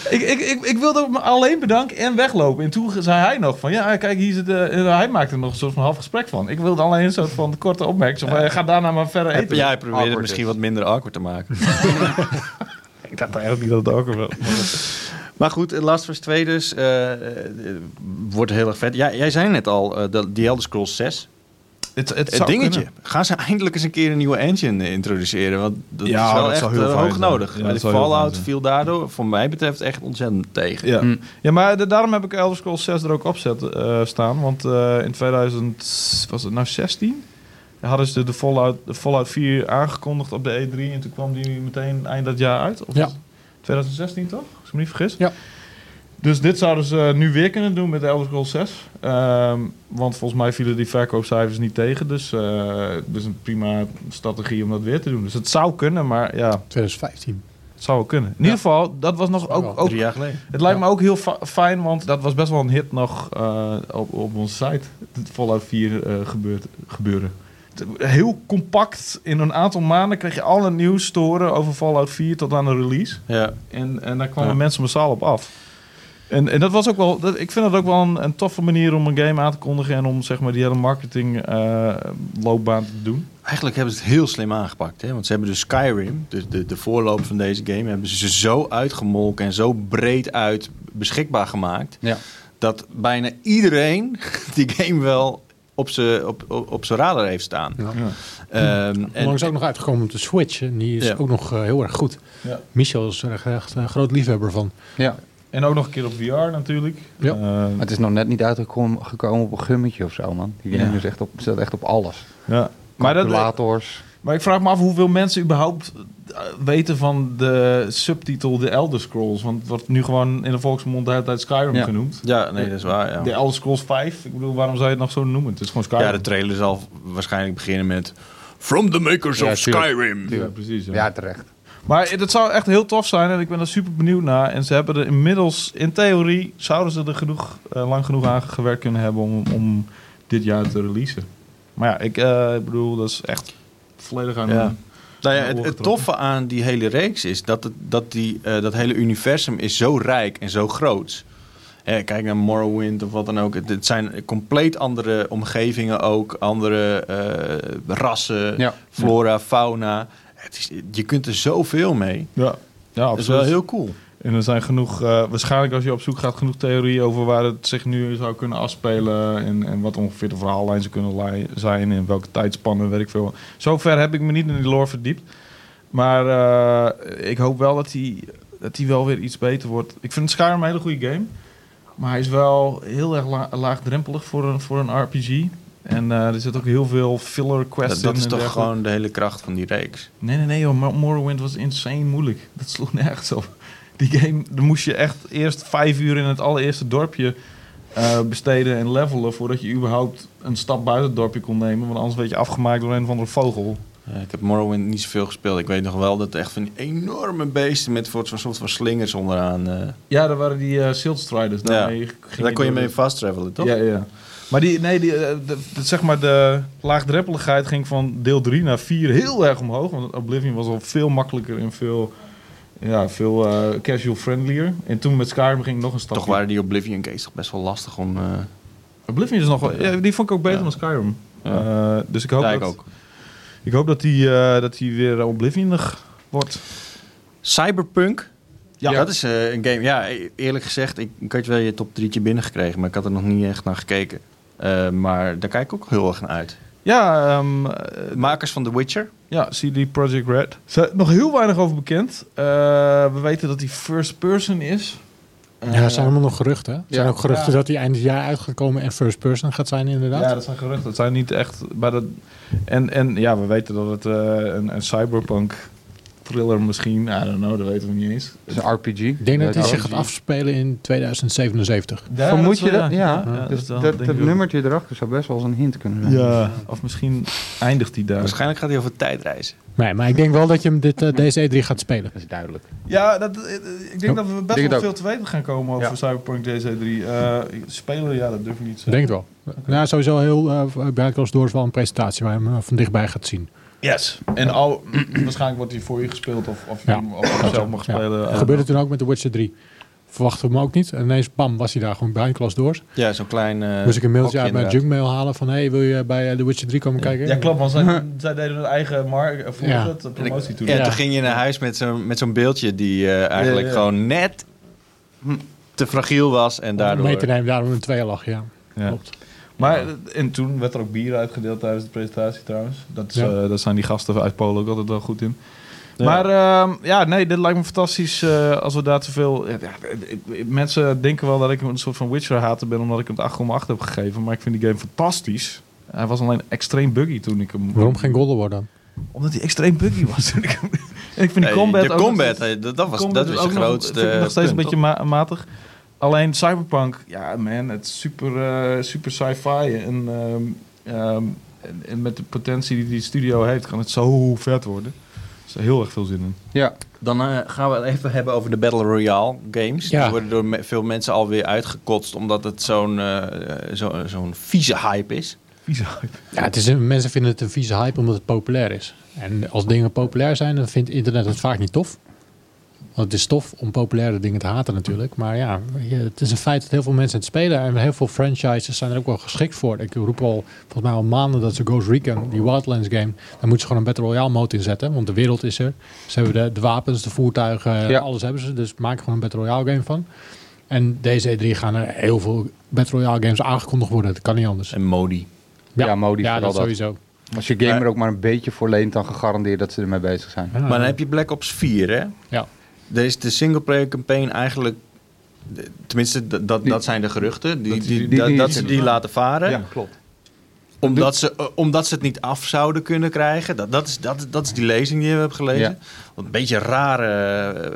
ik, ik, ik, ik wilde hem alleen bedanken en weglopen. En toen zei hij nog van, ja, kijk, hier zit... eh, en hij maakte er nog een soort van half gesprek van. Ik wilde alleen een soort van korte opmerking. Zo van, eh, ga daarna maar verder eten. Ja, hij probeerde het Awkward misschien is. wat minder awkward dus. te maken. Ik dacht eigenlijk niet dat het ook wel. Maar goed, Last of Us 2 dus. eh, eh, wordt heel erg vet. Ja, jij zei net al, eh, dat The Elder Scrolls 6. Het, het, Het dingetje. Gaan ze eindelijk eens een keer een nieuwe engine introduceren? Want dat Ja, is wel dat echt zou heel eh, fijn hoog zijn. nodig. Ja, Bij de dat zou heel fijn Fallout zijn. viel daardoor, voor mij betreft, echt ontzettend tegen. Ja. Hm. ja, maar de- daarom heb ik Elder Scrolls 6 er ook op zet, eh, staan. Want eh, in 2000, was het nou 16? Hadden ze de, de, Fallout, de Fallout 4 aangekondigd op de E3. En toen kwam die meteen eind dat jaar uit. Of Ja. was het 2016 toch? Als ik me niet vergis. Ja. Dus dit zouden ze eh, nu weer kunnen doen met Elder Scrolls 6. Ehm, want volgens mij vielen die verkoopcijfers niet tegen. Dus, eh, dus een prima strategie om dat weer te doen. Dus het zou kunnen, maar ja, 2015. het zou wel kunnen. In ieder geval, dat was nog Dat is ook, wel ook Drie jaar geleden. het lijkt Ja. me ook heel fa- fijn, want dat was best wel een hit nog eh, op, op onze site. Het Fallout 4 eh gebeurt, gebeuren. Het- Heel compact, in een aantal maanden kreeg je al het nieuws storen over Fallout 4 tot aan de release. Ja. En, en daar kwamen Ja. mensen massaal op af. En, en dat was ook wel, dat, ik vind dat ook wel een, een toffe manier om een game aan te kondigen en om zeg maar die hele marketing eh, loopbaan te doen. Eigenlijk hebben ze het heel slim aangepakt. Hè? Want ze hebben dus Skyrim, de, de, de voorloop van deze game, hebben ze zo uitgemolken en zo breed uit beschikbaar gemaakt. Ja. Dat bijna iedereen die game wel op zijn op, op, op z'n radar heeft staan. Ja. Ehm, Onlangs en- ook nog uitgekomen op de Switch. En die is Ja. ook nog eh, heel erg goed. Ja. Michel is er echt, echt een groot liefhebber van. Ja, En ook nog een keer op VR natuurlijk. Ja. Eh, maar het is nog net niet uitgekomen gekomen op een gummetje of zo, man. Die game is echt op, staat echt op alles. ja. Maar dat, Calculators. Maar ik vraag me af hoeveel mensen überhaupt eh, weten van de subtitel The Elder Scrolls. Want het wordt nu gewoon in de volksmond de hele tijd Skyrim Ja. genoemd. Ja, nee, dat is waar. Ja. The Elder Scrolls 5. Ik bedoel, waarom zou je het nog zo noemen? Het is gewoon Skyrim. Ja, de trailer zal waarschijnlijk beginnen met... From the makers Ja, of tuurlijk. Skyrim. Ja, precies. Ja. Ja, terecht. Maar het zou echt heel tof zijn en ik ben er super benieuwd naar. En ze hebben er inmiddels, in theorie, zouden ze er genoeg, eh, lang genoeg aan gewerkt kunnen hebben om, om dit jaar te releasen. Maar ja, ik eh, ik bedoel, dat is echt volledig aan Ja. hun- Nou ja, Ja, het, het oorgetrokken. toffe aan die hele reeks is dat, het, dat, die, eh, dat hele universum is zo rijk en zo groot. Hè, kijk naar Morrowind of wat dan ook. Het, het zijn compleet andere omgevingen ook. Andere eh, rassen, Ja. flora, fauna. Het is, je kunt er zoveel mee. Ja, ja absoluut. Dat is wel heel cool. En er zijn genoeg, eh, waarschijnlijk als je op zoek gaat, genoeg theorieën over waar het zich nu zou kunnen afspelen. En, en wat ongeveer de verhaallijn zou kunnen lij- zijn. En welke tijdspannen, weet ik veel. Zover heb ik me niet in die lore verdiept. Maar eh, ik hoop wel dat die, dat die wel weer iets beter wordt. Ik vind Skyrim een hele goede game. Maar hij is wel heel erg la- laagdrempelig voor een, voor een RPG. En eh, er zit ook heel veel filler quests Dat, in. dat is en toch eh, dergelijke. gewoon de hele kracht van die reeks. Nee, nee, nee, joh. Mor- Morrowind was insane moeilijk. Dat sloeg nergens op. Die game, daar moest je echt eerst vijf uur in het allereerste dorpje eh, besteden en levelen... voordat je überhaupt een stap buiten het dorpje kon nemen. Want anders werd je afgemaakt door een of andere vogel. Ja, Eh, ik heb Morrowind niet zoveel gespeeld. Ik weet nog wel dat er echt van die enorme beesten met voor- zo'n soort van slingers onderaan. eh Ja, daar waren die eh Shield Striders. Daarmee ging daar kon je door mee de- fast travelen, toch? Ja, ja. Maar die, nee, die, eh, de, de- zeg maar de laagdreppeligheid ging van deel 3 naar 4 heel erg omhoog. Want Oblivion was al veel makkelijker en veel, ja, veel eh, casual friendlier. En toen met Skyrim ging ik nog een stapje. Toch waren die Oblivion Gates toch best wel lastig om... eh, Oblivion is nog wel... Ja, die vond ik ook beter Ja. dan Skyrim. Ja. Eh, dus ik hoop, Ja, dat, ik ik, ook. hoop dat, die, eh, dat die weer Oblivionig wordt. Cyberpunk. Ja, Ja. dat is eh, een game. Ja, e- eerlijk gezegd, ik, ik had wel je top 3'tje binnengekregen, maar ik had er nog niet echt naar gekeken. Eh, maar daar kijk ik ook heel erg naar uit. Ja, ehm, eh, Makers van The Witcher. ja, CD Projekt Red. Er is nog heel weinig over bekend. Eh, we weten dat die first person is. Eh, Ja, er zijn allemaal nog geruchten. hè? Er zijn Ja. ook geruchten Ja. dat hij eind dit jaar uitgekomen en first person gaat zijn inderdaad. Ja, dat zijn geruchten. Dat zijn niet echt. Maar dat, en, en ja, we weten dat het eh, een, een cyberpunk thriller misschien. I don't know, dat weten we niet eens. Het is een RPG. Ik denk dat hij Ja, zich gaat afspelen in 2077. Ja, Vermoed is wel- je dat? Ja. dat Dus is wel- dat, denk dat ik ook. nummertje erachter zou best wel eens een hint kunnen zijn. Ja, of misschien eindigt hij daar. Waarschijnlijk gaat hij over tijdreizen. Nee, maar ik denk wel dat je hem dit, eh, deze E3 gaat spelen. Dat is duidelijk. Ja, dat, eh, eh, ik denk dat we denk best het wel ook. veel te weten gaan komen over Ja. Cyberpunk DC3. Eh, spelen, ja, dat durf ik niet te Ik denk het wel. Nou, sowieso heel uh, Bruikels Door is wel een presentatie waar je hem eh, van dichtbij gaat zien. Yes. En al, waarschijnlijk wordt hij voor je gespeeld of, of je Ja. hem of je eh, hem zelf mag Ja. spelen. Dat gebeurde toen ook met The Witcher 3. Verwachten we hem ook niet. En ineens, bam, was hij daar gewoon behind closed doors. Ja, zo'n klein... eh, Moest ik een mailtje uit hokje mijn inderdaad. junkmail halen van... hey, wil je bij eh, The Witcher 3 komen kijken? Ja, klopt, want zij, zij deden hun eigen mark, voor Ja. het, eh, promotie toen. En Ja. toen ging je naar huis met zo'n met zo'n beeldje die eh, eigenlijk Ja, ja. gewoon net hm, te fragiel was en Om hem daardoor... mee te nemen, daarom een tweelag, ja. Ja. Klopt. Maar eh, en toen werd er ook bier uitgedeeld tijdens de presentatie trouwens. Dat is, Ja. eh, daar zijn die gasten uit Polen ook altijd wel goed in. Maar ehm, ja, nee, dit lijkt me fantastisch eh, als we daar zoveel... Ja, ja, ik- ik- mensen denken wel dat ik een soort van Witcher-hater ben omdat ik hem een 8,8 heb gegeven. Maar ik vind die game fantastisch. Hij was alleen extreem buggy toen ik hem... Waarom geen Golden War dan? Omdat hij extreem buggy was toen ik hem... En ik vind die Nee, combat... de ook nog combat, steeds- eh, dat, dat was, Combat dat is is de ook nog- grootste... eh, vind ik nog steeds een punt, beetje ma- matig. Alleen Cyberpunk, ja man, het is super, eh, super sci-fi. En, ehm, ehm, en, en met de potentie die die studio heeft, kan het zo vet worden. Dus daar heel erg veel zin in. Ja, Dan eh, gaan we het even hebben over de Battle Royale games. Ja. Die worden door me- veel mensen alweer uitgekotst, omdat het zo'n eh, zo- zo'n vieze hype is. Ja, het is, een- mensen vinden het een vieze hype omdat het populair is. En als dingen populair zijn, dan vindt internet het vaak niet tof. Want het is tof om populaire dingen te haten natuurlijk. Maar ja, weet je, het is een feit dat heel veel mensen het spelen. En heel veel franchises zijn er ook wel geschikt voor. Ik roep al, volgens mij al maanden dat ze Ghost Recon, die Wildlands game... daar moeten ze gewoon een Battle Royale mode in zetten. Want de wereld is er. Ze hebben de, de wapens, de voertuigen, Ja. alles hebben ze. Dus maak er gewoon een Battle Royale game van. En deze E3 gaan er heel veel Battle Royale games aangekondigd worden. Dat kan niet anders. En Modi. Ja, Modi Ja, vooral dat dat. sowieso. als je game er ook maar een beetje voor leent, dan gegarandeerd dat ze ermee bezig zijn. Maar dan heb je Black Ops 4, hè? Ja. Er is de singleplayer campaign eigenlijk... de- Tenminste, dat, dat, Die- dat zijn de geruchten. Die, Dat die, die- die- dat- die- dat die- ze die laten varen. Ja. klopt. Omdat, ze, eh, omdat ze het niet af zouden kunnen krijgen. Dat, dat, is, dat, dat is die lezing die we hebben gelezen. Wat een beetje raar, eh,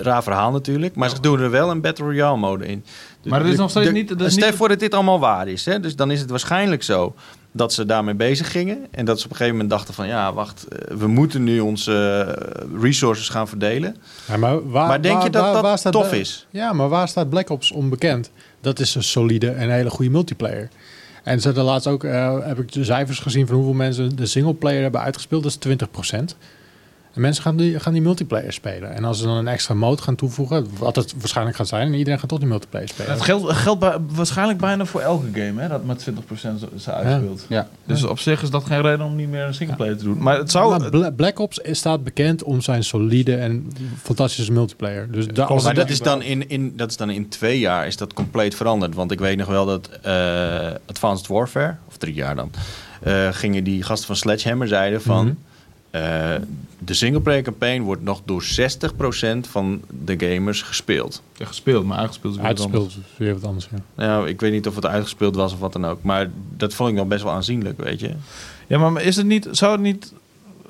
raar verhaal natuurlijk. Maar ze doen er wel een Battle Royale mode in. Dus Maar dat is nog steeds de- niet- dat is stel niet- voor dat dit allemaal waar is. Hè? Dus dan is het waarschijnlijk zo dat ze daarmee bezig gingen. En dat ze op een gegeven moment dachten van... ja, wacht, eh, we moeten nu onze eh, resources gaan verdelen. Ja, maar, waar, maar denk waar- je dat waar- dat waar staat tof Bla- is? Ja, maar waar staat Black Ops onbekend? Dat is een solide en hele goede multiplayer. En ze hadden laatst ook, eh, heb ik de cijfers gezien van hoeveel mensen de singleplayer hebben uitgespeeld. Dat is 20%. En mensen gaan die, gaan die multiplayer spelen. En als ze dan een extra mode gaan toevoegen, wat het waarschijnlijk gaat zijn, en iedereen gaat toch die multiplayer spelen. Dat geldt, geldt bij- waarschijnlijk bijna voor elke game, hè, dat met 20% zo- ze uitspeelt. Ja. Dus op zich is dat geen reden om niet meer een singleplayer te doen. Maar het zou... Maar Bla- Black Ops is- staat bekend om zijn solide en fantastische multiplayer. Dus daar als Maar het- dat is, dan in, in, dat is dan in twee jaar is dat compleet veranderd. Want ik weet nog wel dat eh, Advanced Warfare, of drie jaar dan, eh, gingen die gasten van Sledgehammer zeiden van... Mhm. eh, de singleplayer campaign wordt nog door 60% van de gamers gespeeld. Ja, gespeeld, maar uitgespeeld is weer wat uitgespeeld is weer wat anders. Ja. Nou, ik weet niet of het uitgespeeld was of wat dan ook. Maar dat vond ik nog best wel aanzienlijk, weet je. Ja, maar is het niet, zou het niet,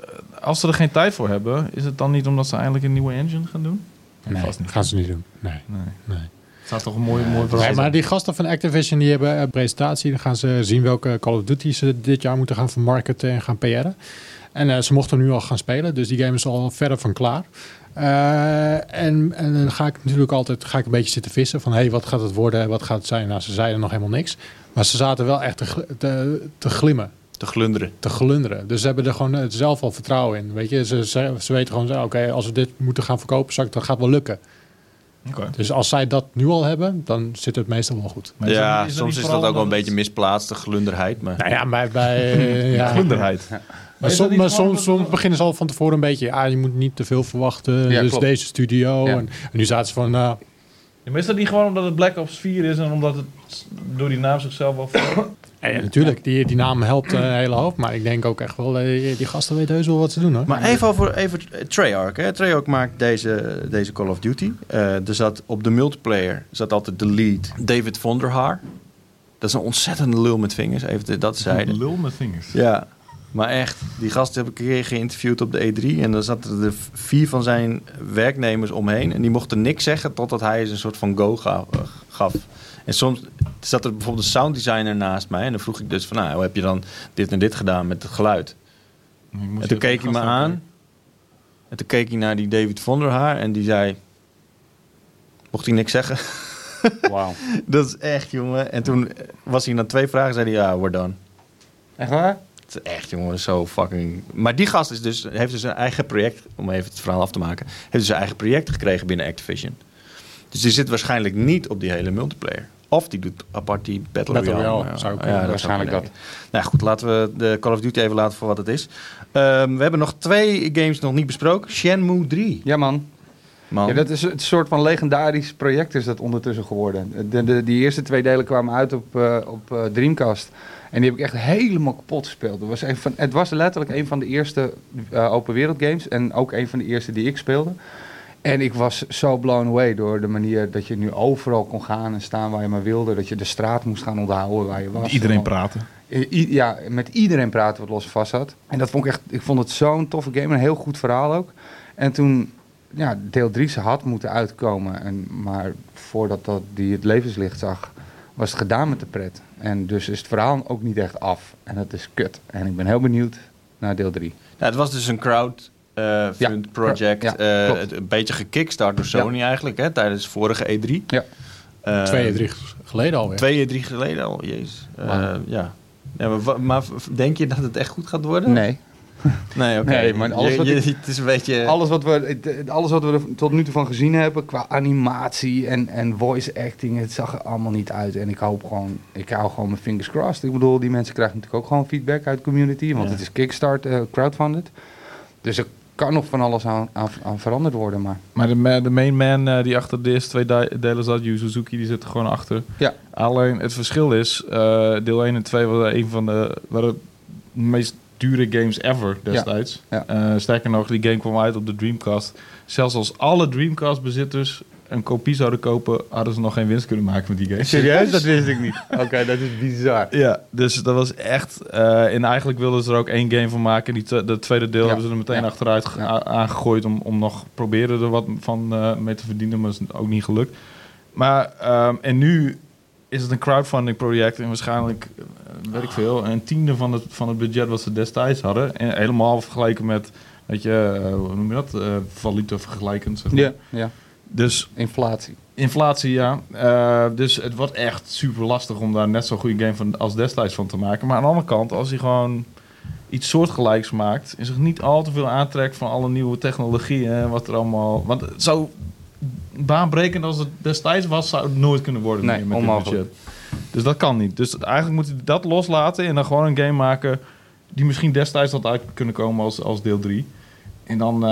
eh, als ze er geen tijd voor hebben, is het dan niet omdat ze eindelijk een nieuwe engine gaan doen? Nee, Vast niet. gaan ze niet doen. Nee. Nee. Nee. Het zou toch een mooie, mooie Nee, maar die gasten van Activision die hebben een presentatie. Dan gaan ze zien welke Call of Duty ze dit jaar moeten gaan vermarkten en gaan PR'en. En eh, ze mochten nu al gaan spelen, dus die game is al verder van klaar. Eh, en, en dan ga ik natuurlijk altijd ga ik een beetje zitten vissen van... hé, hey, wat gaat het worden, wat gaat het zijn? Nou, ze zeiden nog helemaal niks. Maar ze zaten wel echt te, gl- te, te glimmen Te glunderen. te glunderen. Dus ze hebben er gewoon eh, zelf al vertrouwen in. Weet je, ze, ze, ze weten gewoon, zo, oké, als we dit moeten gaan verkopen, zal ik- dat gaat wel lukken. Oké. Dus als zij dat nu al hebben, dan zit het meestal wel goed. Maar is dat ja, niet- is dat soms niet is dat vooral ook wel een omdat beetje misplaatste glunderheid. Maar... Nou ja, maar bij... eh, ja. Vlinderheid. Maar, Is dat som- niet maar gewoon soms, dat- soms beginnen ze al van tevoren een beetje... Ah, je moet niet te veel verwachten, Ja, dus klopt. deze studio. Ja. En, en nu zaten ze van... nou, Ja, maar is dat niet gewoon omdat het Black Ops 4 is en omdat het s- door die naam zichzelf wel... eh, natuurlijk, die, die naam helpt eh, een hele hoop. Maar ik denk ook echt wel, eh, die gasten weten heus wel wat ze doen. Hoor. Maar even over even eh, Treyarch. Hè. Treyarch maakt deze, deze Call of Duty. Eh, er zat op de multiplayer zat altijd de lead David Vonderhaar. Dat is een ontzettende lul met vingers, even te- dat zijde. Lul met vingers. Ja, maar echt. Die gast heb ik een keer geïnterviewd op de E3. En daar zaten er vier van zijn werknemers omheen. En die mochten niks zeggen totdat hij eens een soort van go ga- eh, gaf. En soms zat er bijvoorbeeld een sounddesigner naast mij. En dan vroeg ik dus van, nou, hoe heb je dan dit en dit gedaan met het geluid? En toen keek hij me aan. En toen keek hij naar die David Vonderhaar en die zei... Mocht hij niks zeggen? Wauw. Dat is echt, jongen. En toen was hij na twee vragen, zei hij, ja, we're done. Echt waar? Het is echt, jongen, zo fucking... Maar die gast is dus, heeft dus een eigen project, om even het verhaal af te maken... heeft dus een eigen project gekregen binnen Activision. Dus die zit waarschijnlijk niet op die hele multiplayer. Of die doet apart die Battle, Battle Royale. Royale Ja, zou ook ja, dat waarschijnlijk zou kunnen. Nou ja, goed, laten we de Call of Duty even laten voor wat het is. Ehm, we hebben nog twee games nog niet besproken. Shenmue 3. Ja, man. Man. Ja, dat is een soort van legendarisch project is dat ondertussen geworden. De, de, die eerste twee delen kwamen uit op, eh, op eh, Dreamcast. En die heb ik echt helemaal kapot gespeeld. Dat was een van, het was letterlijk een van de eerste eh, open wereld games. En ook een van de eerste die ik speelde. En ik was zo blown away door de manier dat je nu overal kon gaan en staan waar je maar wilde. Dat je de straat moest gaan onthouden waar je was. Iedereen En- praten. I- Eh, i- ja, met iedereen praten wat los en vast had. En dat vond ik echt, ik vond het zo'n toffe game en een heel goed verhaal ook. En toen, ja, deel 3 ze had moeten uitkomen. En, maar voordat dat, die het levenslicht zag, was het gedaan met de pret. En dus is het verhaal ook niet echt af. En dat is kut. En ik ben heel benieuwd naar deel 3. Nou, het was dus een crowd. eh fund Ja, project, ja, eh, klopt. het- een beetje gekickstart door Sony eigenlijk, hè, tijdens vorige E E3. Ja. Eh, Twee, E drie geleden alweer. Twee, drie geleden al, jezus. Eh, ja. Ja, maar, wa- maar v- denk je dat het echt goed gaat worden? Nee. Nee, oké. Nee, maar alles Je- wat je- ik- Het is een beetje... Alles wat, we, het- alles wat we er tot nu toe van gezien hebben, qua animatie en, en voice acting, het zag er allemaal niet uit. En ik hoop gewoon, ik hou gewoon mijn fingers crossed. Ik bedoel, die mensen krijgen natuurlijk ook gewoon feedback uit de community, want Ja. het is kickstart, eh, crowdfunded. Dus er kan nog van alles aan, aan, aan veranderd worden, maar Maar de, ma- de main man eh, die achter de eerste twee di- delen zat, Yu Suzuki, die zit er gewoon achter. Ja. Alleen het verschil is, eh, deel 1 en 2 waren een van de, waren de meest dure games ever destijds. Ja. Eh, sterker nog, die game kwam uit op de Dreamcast. Zelfs als alle Dreamcast-bezitters een kopie zouden kopen, hadden ze nog geen winst kunnen maken met die game. Serieus? Dat wist ik niet. Oké, dat is bizar. Ja, dus dat was echt. eh, en eigenlijk wilden ze er ook één game van maken. En die te- dat tweede deel Ja. hebben ze er meteen Ja. achteruit ge- Ja. a- aangegooid. Om, om nog proberen er wat van eh, mee te verdienen. Maar is ook niet gelukt. Maar, ehm, en nu is het een crowdfunding project. En waarschijnlijk, eh, weet ik veel, een tiende van het, van het budget wat ze destijds hadden. En helemaal vergeleken met, weet je, eh, hoe noem je dat? Eh, valuta vergelijkend. Zeg maar. Ja, ja. Dus inflatie. Inflatie, ja. Eh, dus het wordt echt super lastig om daar net zo'n goede game van, als destijds van te maken. Maar aan de andere kant, als hij gewoon iets soortgelijks maakt... en zich niet al te veel aantrekt van alle nieuwe technologieën... en wat er allemaal... Want zo baanbrekend als het destijds was... zou het nooit kunnen worden Nee, meer met dit onmogelijk. budget. Dus dat kan niet. Dus eigenlijk moet hij dat loslaten... en dan gewoon een game maken die misschien destijds had uit kunnen komen als, als deel 3... En dan eh,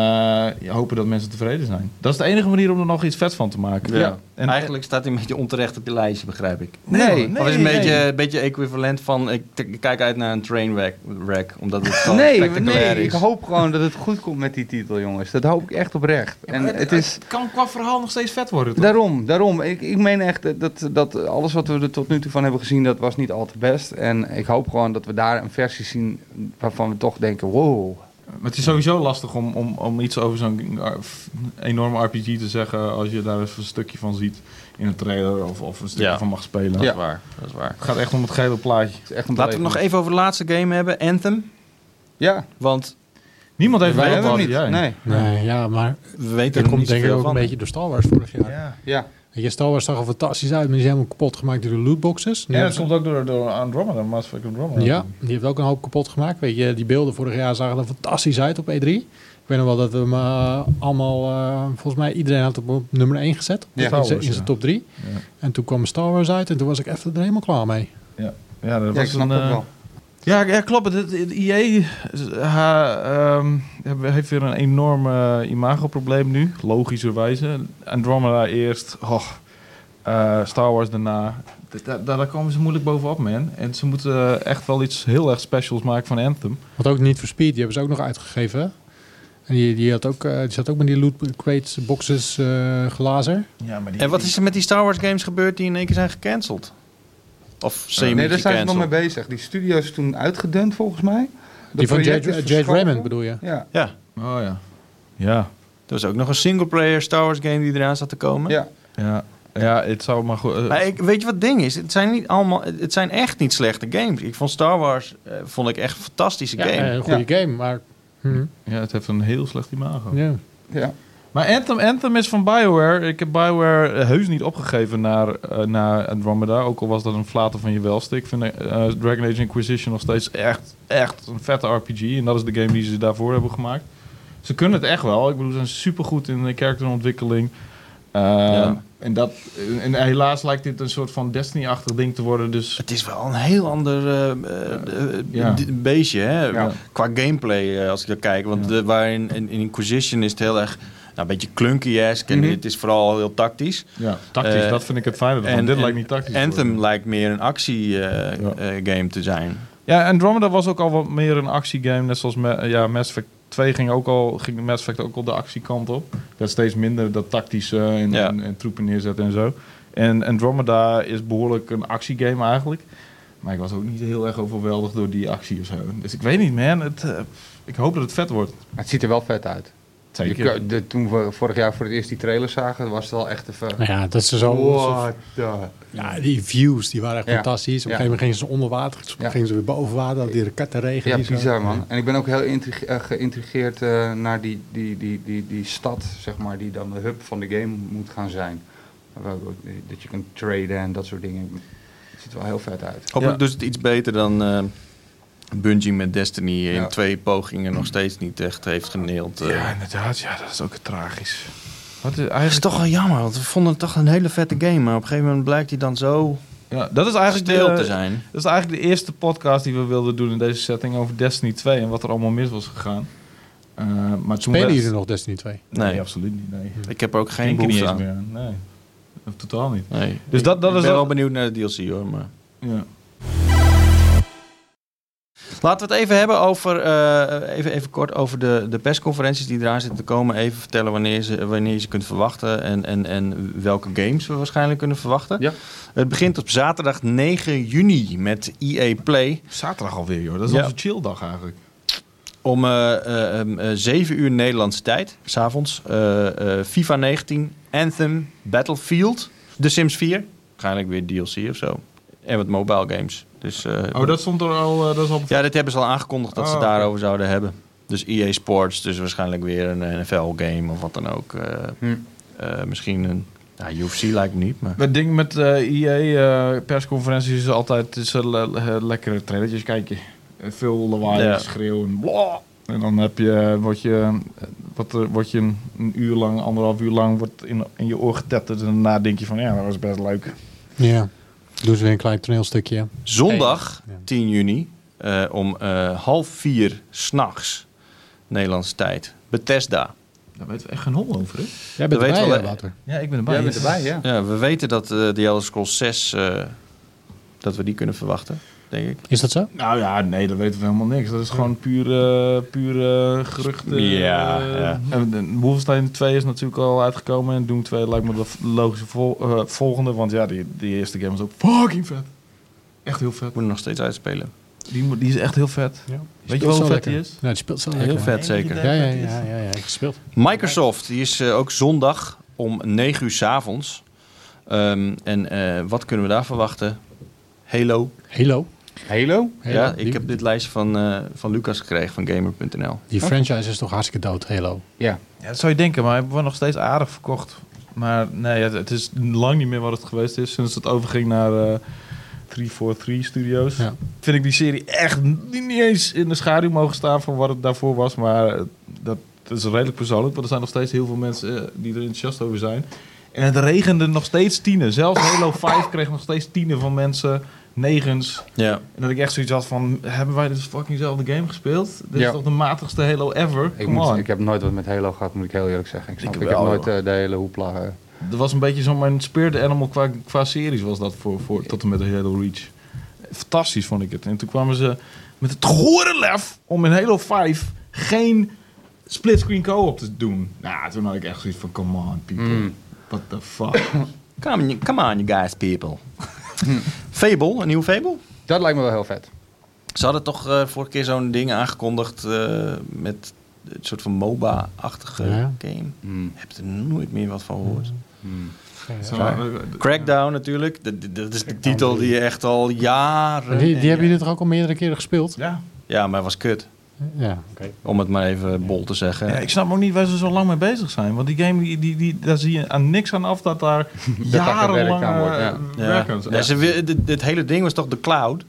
ja, hopen dat mensen tevreden zijn. Dat is de enige manier om er nog iets vet van te maken. Ja. En Eigenlijk staat hij een beetje onterecht op je lijstje, begrijp ik. Nee, Nee, nee, of is een nee. beetje, een beetje equivalent van... Ik t- kijk uit naar een trainwreck, wreck, omdat het zo Nee, spectaculair nee, ik is. hoop gewoon dat het goed komt met die titel, jongens. Dat hoop ik echt oprecht. En het is... kan qua verhaal nog steeds vet worden. Daarom, daarom. Ik, ik meen echt dat- dat, dat alles wat we er tot nu toe van hebben gezien, dat was niet al te best. En ik hoop gewoon dat we daar een versie zien waarvan we toch denken, wow. Maar het is sowieso lastig om, om, om iets over zo'n eh, f- enorme RPG te zeggen als je daar eens een stukje van ziet in een trailer of, of een stukje Ja. van mag spelen. Dat Ja. is waar, dat is waar. Het gaat echt om het gele plaatje. Het is echt een Laten we het nog beleving. even over de laatste game hebben, Anthem. Ja, Want Niemand heeft wij het hebben over, hem niet. jij. Nee. Nee, ja, maar we weten dat er komt niet denk ik zoveel ook van. een beetje door Star Wars vorig jaar. Ja. Ja, Weet Je, Star Wars zag er fantastisch uit, maar die is helemaal kapot gemaakt door de lootboxes. Die En dat hebben ze- komt ook door, door Andromeda, Mass Effect Andromeda. Ja, die heeft ook een hoop kapot gemaakt. Weet je, die beelden vorig jaar zagen er fantastisch uit op E3. Ik weet nog wel dat we hem eh, allemaal, eh, volgens mij iedereen had hem op nummer 1 gezet. Ja. in Star zijn Wars, in zijn ja. top 3. Ja. En toen kwam Star Wars uit en toen was ik even er helemaal klaar mee. Ja, dat ja ik was snap een, het eh, wel. Ja, ja klopt. Het, het EA is- ha- ehm, hebben- heeft weer een enorm eh, imagoprobleem nu, logischerwijze. Andromeda eerst, oh, eh, Star Wars daarna. D- da- daar komen ze moeilijk bovenop, man. En ze moeten eh, echt wel iets heel erg specials maken van Anthem. Want ook niet voor Speed, die hebben ze ook nog uitgegeven. hè? En die, die, had ook, eh, die zat ook met die loot crates, boxes, eh, glazer. Ja, maar die, En wat is er met die Star Wars games gebeurd die in één keer zijn gecanceld? Of semi Nee, daar zijn ze nog gecanceld? mee bezig. Die studio is toen uitgedund, volgens mij. Dat Die van project Jade is Jade verschoven. Raymond bedoel je? Ja, Ja, Oh ja. Ja, er was ook nog een singleplayer Star Wars game die eraan zat te komen. ja. ja. Ja, het zou maar goed... eh, Maar ik, weet je wat het ding is? Het zijn, niet allemaal, het zijn echt niet slechte games. Ik vond Star Wars eh, vond ik echt een fantastische Ja, game. eh, een goede game, maar... hm, ja, het heeft een heel slecht imago. ja. ja. Maar Anthem, Anthem is van Bioware. Ik heb Bioware eh, heus niet opgegeven naar, eh, naar Andromeda. Ook al was dat een flater van je welste. Ik vind eh, Dragon Age Inquisition nog steeds echt, echt een vette RPG. En dat is de game die ze daarvoor hebben gemaakt. Ze kunnen het echt wel. Ik bedoel, ze zijn supergoed in de characterontwikkeling. Eh, Ja. En, dat, en helaas lijkt dit een soort van Destiny-achtig ding te worden. Dus Het is wel een heel ander eh, eh, eh, Ja. d- beestje, hè? Ja. Qua gameplay, eh, als ik dat kijk. Want Ja. de, waarin in, in Inquisition is het heel erg... Nou, een beetje clunky-esque. En Mhm. dit is vooral heel tactisch. ja, tactisch, Eh, dat vind ik het fijner. En, dit lijkt niet tactisch. te Anthem worden. lijkt meer een Ja. actie-game te zijn. Ja, Andromeda was ook al wat meer een actiegame. Net zoals Ma- ja, Mass Effect 2 ging ook al, ging Mass Effect ook al de actiekant op. Dat steeds minder dat tactische en, Ja. en, en troepen neerzetten en zo. En Andromeda is behoorlijk een actiegame eigenlijk. Maar ik was ook niet heel erg overweldigd door die actie of zo. Dus ik weet niet, man. Het, eh, ik hoop dat het vet wordt. Maar het ziet er wel vet uit. Je Zeker. kan- de- toen we vorig jaar voor het eerst die trailer zagen, was het wel echt even... Nou ja, dat ze zo... What the- Ja, die views, die waren echt Ja. fantastisch. Op een Ja. gegeven moment gingen ze onder water, toen Ja. gingen ze weer boven water, die rakettenregen. Ja, die zo- bizar man. En ik ben ook heel intrigue- eh, geïntrigeerd eh, naar die, die, die, die, die stad, zeg maar, die dan de hub van de game moet gaan zijn. Waar- Dat je kunt traden en dat soort dingen. Het ziet er wel heel vet uit. Hopelijk dus iets beter dan eh Bungie met Destiny... in Ja. twee pogingen nog steeds niet echt heeft geneeld. eh. Ja, inderdaad. Ja, dat is ook tragisch. Wat is Dat is eigenlijk... toch wel jammer, want we vonden het toch een hele vette game. Maar op een gegeven moment blijkt hij dan zo Ja, dat is eigenlijk eh, stil de- te zijn. Dat is eigenlijk de eerste podcast die we wilden doen in deze setting over Destiny 2 en wat er allemaal mis was gegaan. Eh, maar toen Spelen werd- jullie nog Destiny 2? Nee, Nee. absoluut niet. Nee. Ik heb er ook geen Denk er niet behoefte eens aan. meer aan. Nee, Of totaal niet. Nee. Dus dat- dat ik is ben dat- wel benieuwd naar de DLC hoor. Maar... Ja. Laten we het even hebben over, eh, even, even kort over de, de persconferenties die eraan zitten te komen. Even vertellen wanneer, ze, wanneer je ze kunt verwachten en, en, en welke games we waarschijnlijk kunnen verwachten. Ja. Het begint op zaterdag 9 juni met EA Play. Zaterdag alweer, joh. Dat is Ja. onze chilldag eigenlijk. Om eh, eh, em, eh, 7 uur Nederlandse tijd, s'avonds. eh eh FIFA 19, Anthem, Battlefield, The Sims 4. Waarschijnlijk weer DLC of zo. En wat mobile games. Dus, eh, Oh, dat stond er al. eh, dat is al Ja, dit hebben ze al aangekondigd dat ze Oh, het oké. daarover zouden hebben. Dus EA Sports, dus waarschijnlijk weer een NFL-game of wat dan ook. Eh, Hm. eh, misschien een ja, UFC lijkt me niet, maar... Het ding met eh EA eh, persconferenties is altijd is, eh, le- eh, lekkere trailertjes kijken. Eh, veel lawaai, Ja. schreeuw en bla. En dan heb je, eh, word je, eh, wat, er- word je een, een uur lang, anderhalf uur lang wordt in, in je oor getetterd. En daarna denk je van, ja, dat was best leuk. Ja. Doen ze weer een klein toneelstukje. Zondag, Ja. 10 juni, eh, om eh, half vier s'nachts, Nederlandse tijd, Bethesda. Daar weten we echt geen hol over, hè? Jij Dat bent weten we erbij, hè, wel, hè? Wouter. Ja, ik ben erbij. Jij bent erbij, ja. Ja, we weten dat eh The Elder Scrolls 6, eh, dat we die kunnen verwachten, denk ik. Is dat zo? Nou ja, nee, dat weten we helemaal niks. Dat is gewoon puur, eh, puur eh, geruchten. Ja, Eh, ja. En, en Wolfenstein 2 is natuurlijk al uitgekomen. En Doom 2 lijkt me de logische vol- eh, volgende. Want ja, die, die eerste game was ook fucking vet. Echt heel vet. Moet nog steeds uitspelen. Die, moet- die is echt heel vet. Ja. Weet je wel hoe vet die is? Ja, Nou, die speelt zo Heel lekker. vet, zeker. Ja, ja, ja, ja, ja, gespeeld. Microsoft, die is eh, ook zondag om 9 uur 's avonds. Ehm, en eh, wat kunnen we daar verwachten? Halo. Halo. Halo? Halo. ja, ik die, heb dit lijstje van, eh, van Lucas gekregen van gamer.nl. die franchise is toch hartstikke dood, Halo. Ja. Ja, dat zou je denken, maar hij wordt nog steeds aardig verkocht. Maar nee, het, het is lang niet meer wat het geweest is sinds het overging naar eh 343 Studios. Ja. Vind ik die serie echt niet niet eens in de schaduw mogen staan van wat het daarvoor was. Maar eh, dat, dat is redelijk persoonlijk, want er zijn nog steeds heel veel mensen eh, die er enthousiast over zijn. En het regende nog steeds tienen. Zelfs Halo 5 kreeg nog steeds tienen van mensen, negens. Ja. En dat ik echt zoiets had van, hebben wij dus fuckingzelfde game gespeeld? Dit Ja. is toch de matigste Halo ever? Ik, Come moet, on. ik heb nooit wat met Halo gehad, moet ik heel eerlijk zeggen. Ik, snap, Ik ik, wel, heb nooit joh. eh, de hele hoepla. eh. Er was een beetje zo'n mijn spirit animal qua, qua series was dat voor, voor tot en met de Halo Reach. Fantastisch vond ik het. En toen kwamen ze met het gore lef om in Halo 5 geen splitscreen co-op te doen. Nou, toen had ik echt zoiets van, come on people. Mm. What the fuck. Come, come on, you guys, people. Fable, een nieuw Fable. Dat lijkt me wel heel vet. Ze hadden toch eh, vorige keer zo'n ding aangekondigd eh, met een soort van MOBA-achtige Ja. game. Ik heb er nooit meer wat van gehoord. Zo, eh, Crackdown natuurlijk. Dat, dat- dat is de titel die je echt al jaren... Die, die hebben jullie toch ook al meerdere keren gespeeld? Ja. Ja, maar was kut. Ja. Om het maar even bol te zeggen. ja, ik snap ook niet waar ze zo lang mee bezig zijn. Want die game, die, die, die, daar zie je aan niks aan af dat daar gewerkt jarenlang aan wordt, eh, ja. Ja. werk aan is. Ja, ze wil- dit, dit hele ding was toch de cloud?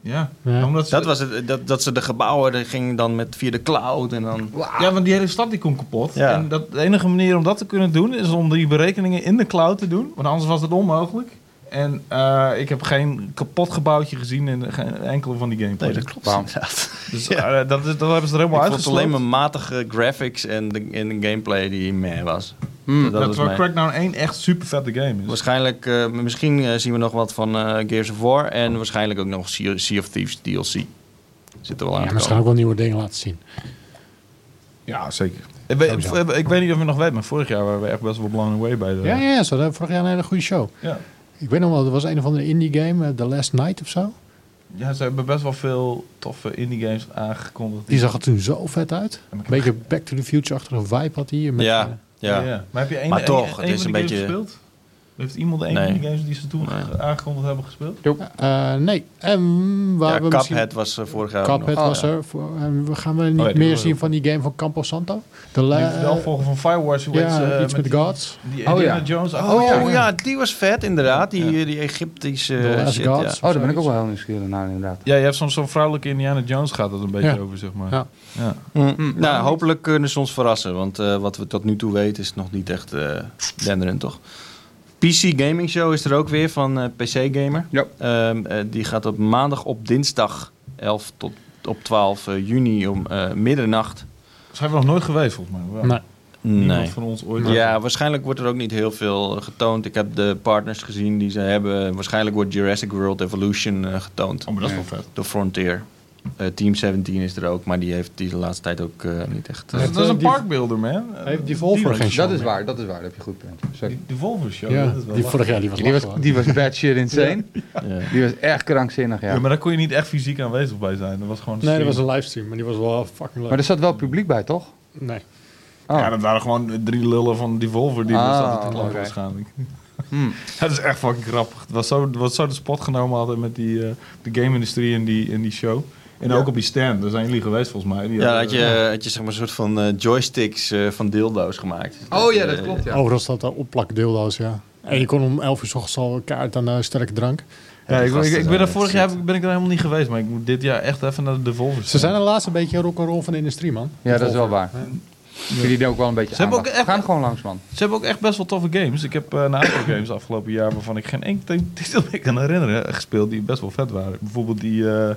Ja, Ja. ja, omdat ze, Dat was het, dat, dat ze de gebouwen die gingen dan met, via de cloud en dan... ja want die hele stad die komt kapot. Ja. En dat, de enige manier om dat te kunnen doen is om die berekeningen in de cloud te doen. Want anders was het onmogelijk. En eh, ik heb geen kapot gebouwtje gezien in geen enkele van die gameplay. Nee, dat klopt Wauw. inderdaad. Dus eh, dat, is, dat hebben ze er helemaal Ik vond alleen maar uitgesleept. matige graphics en de, en de gameplay die meh was. Hmm. dat Dat was terwijl mij. Crackdown 1 echt super vette game is. Waarschijnlijk, eh, misschien eh, zien we nog wat van eh, Gears of War en waarschijnlijk ook nog sea, Sea of Thieves DLC. Zit er wel aan. Ja, te maar ze gaan ook wel nieuwe dingen laten zien. Ja, zeker. Ik weet, Sowieso. ik- ik weet niet of je nog weet, maar vorig jaar waren we echt best wel blown away bij de... Ja, ja, ze hadden vorig jaar een hele goede show. ja. Ik weet nog wel, er was een of andere indie game, eh, The Last Night of zo. Ja, ze hebben best wel veel toffe indie games aangekondigd. Die zag er toen zo vet uit. Een beetje Back to the Future-achtige vibe had hij. komen. Met, eh, Ja, ja. Maar heb je één Maar één- toch, één het is van een die beetje- games gespeeld? Heeft iemand één Nee. van die games die ze toen Nee. aangekondigd hebben gespeeld? eh, nee, en waar Ja, we Cuphead misschien... was eh, vorig jaar ook Cuphead nog. Oh, was er. Voor, en we gaan we niet die meer was zien er. van die game van Campo Santo? De Die la- vervolger van Firewatch. hoe heet ja, ze, eh, iets met, die- gods. Die Oh, Indiana ja. Jones. Oh, achtige- ja. die was vet inderdaad. Die, die Egyptische The Last Eh, shit, ja. Gods. Oh, daar ben ik ook wel heel nieuwsgierig naar inderdaad. Ja, je hebt soms zo'n vrouwelijke Indiana Jones gaat dat een beetje Ja. over, zeg maar. Ja. Ja. Nou, hopelijk kunnen ze ons verrassen. Want eh, wat we tot nu toe weten is nog niet echt eh denderend, toch? PC Gaming Show is er ook weer van eh, PC Gamer. Ja. Ehm, eh, die gaat op maandag op dinsdag 11 tot op 12 eh, juni om eh, middernacht. Zijn we nog nooit geweest, volgens mij. Wel. Nee. Niemand Nee. van ons ooit. Ja, waarschijnlijk wordt er ook niet heel veel eh, getoond. Ik heb de partners gezien die ze hebben. Waarschijnlijk wordt Jurassic World Evolution eh, getoond Oh, maar dat is wel vet. door Frontier. Eh, Team 17 is er ook, maar die heeft die de laatste tijd ook eh, niet echt... eh, Dat is, dat is een die- parkbuilder, man. Eh, heeft die Volvo geen show Dat is meer. waar, dat is waar. Dat heb je goed punt. Zeker. Die, die Volvo show. Ja, dat is wel die lachen. vorig jaar die was Die was, lachen, hoor. die was bad shit insane. ja. Die was echt krankzinnig, ja. Ja. maar daar kon je niet echt fysiek aanwezig bij zijn. Dat was gewoon een Nee, dat was stream. een livestream, maar die was wel fucking Maar leuk. er zat wel publiek bij, toch? Nee. Oh. Ja, dat waren gewoon drie lullen van die Volvo die ah, Ah, zaten te klappen oké. waarschijnlijk. Hmm. Dat is echt fucking grappig. Het was zo, het was zo de spot genomen hadden met die, eh, de game-industrie in die, in die show. En ook op die stand. Daar zijn jullie geweest volgens mij. Die Ja, dan had hadden- je, had je zeg maar een soort van eh, joysticks eh, van dildo's gemaakt. Oh Oh eh, Overal staat daar opplakdeeldoos, ja. En je kon om 11 uur 's ochtends al een kaart aan eh, sterke drank. Ja, ik, ik, ik ben er Gasten vorig zijn jaar ben ik er helemaal niet geweest. Maar ik moet dit jaar echt even naar de Volvo. Ze zijn de laatste beetje rock'n'roll van de industrie, man. Ah, Ja, dat is wel waar. Ik vind die ook wel een beetje Ze hebben ook aandacht. echt- Ga er gewoon langs, man. Ze hebben ook echt best wel toffe games. Ik heb eh, een aantal games afgelopen jaar waarvan ik geen enkel titel meer kan herinneren eh, gespeeld die best wel vet waren. Bijvoorbeeld die eh,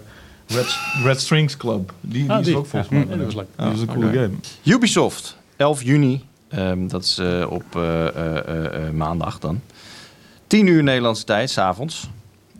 Red, Red Strings Club. Die, die, Ah, is die. ook volgens Ja, mij. die was leuk. Dat is een coole game. Ubisoft, 11 juni. Ehm, dat is eh, op eh, eh, eh, eh, maandag dan. 10 uur Nederlandse tijd, s'avonds.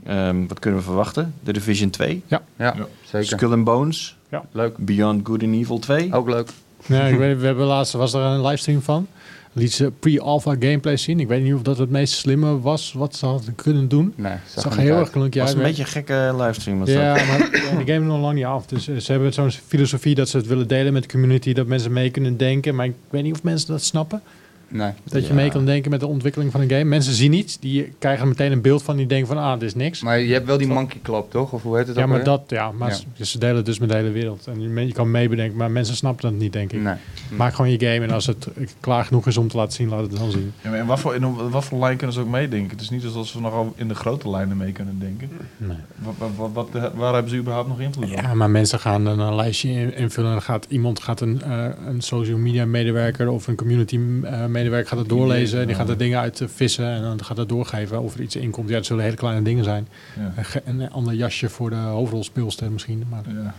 Ehm wat kunnen we verwachten? De Division 2. Ja, Ja. zeker. Oh, Skull and Bones. Ja. Leuk. Beyond Good and Evil 2. Ook leuk. Nee, ik weet, we hebben laatst was er een livestream van. Liet ze pre-alpha gameplay zien. Ik weet niet of dat het meest slimme was wat ze hadden kunnen doen. Nee, Het zag zag er niet heel uit. erg klunkje was uit. een beetje een gekke livestream. Was Ja, dat. maar ja, de game is nog lang niet af. Dus eh, ze hebben zo'n filosofie dat ze het willen delen met de community. Dat mensen mee kunnen denken. Maar ik weet niet of mensen dat snappen. Nee. Dat je Ja. mee kan denken met de ontwikkeling van een game. Mensen zien iets. Die krijgen er meteen een beeld van. Die denken van, ah, dit is niks. Maar je hebt wel die monkey club, toch? Of hoe heet het ja, ook maar alweer? dat, ja. Maar Ja. ze- ze delen het dus met de hele wereld. En je, me- je kan meebedenken. Maar mensen snappen dat niet, denk ik. Nee. Mm. Maak gewoon je game. En als het eh, klaar genoeg is om te laten zien, laat het dan zien. Ja, maar in wat, voor, in wat voor lijn kunnen ze ook meedenken? Het is niet alsof ze nogal in de grote lijnen mee kunnen denken. Nee. Wat, wat, wat, wat- waar hebben ze überhaupt nog invloed op? Ja, maar mensen gaan dan een lijstje in- invullen en dan gaat iemand gaat een, eh, een social media medewerker of een community eh, medewerker gaat het doorlezen. Die gaat er dingen uit eh, vissen en dan gaat het doorgeven of er iets in komt. Ja, het zullen hele kleine dingen zijn. Ja. Een, ge- een ander jasje voor de hoofdrolspeelster misschien. Maar Ja.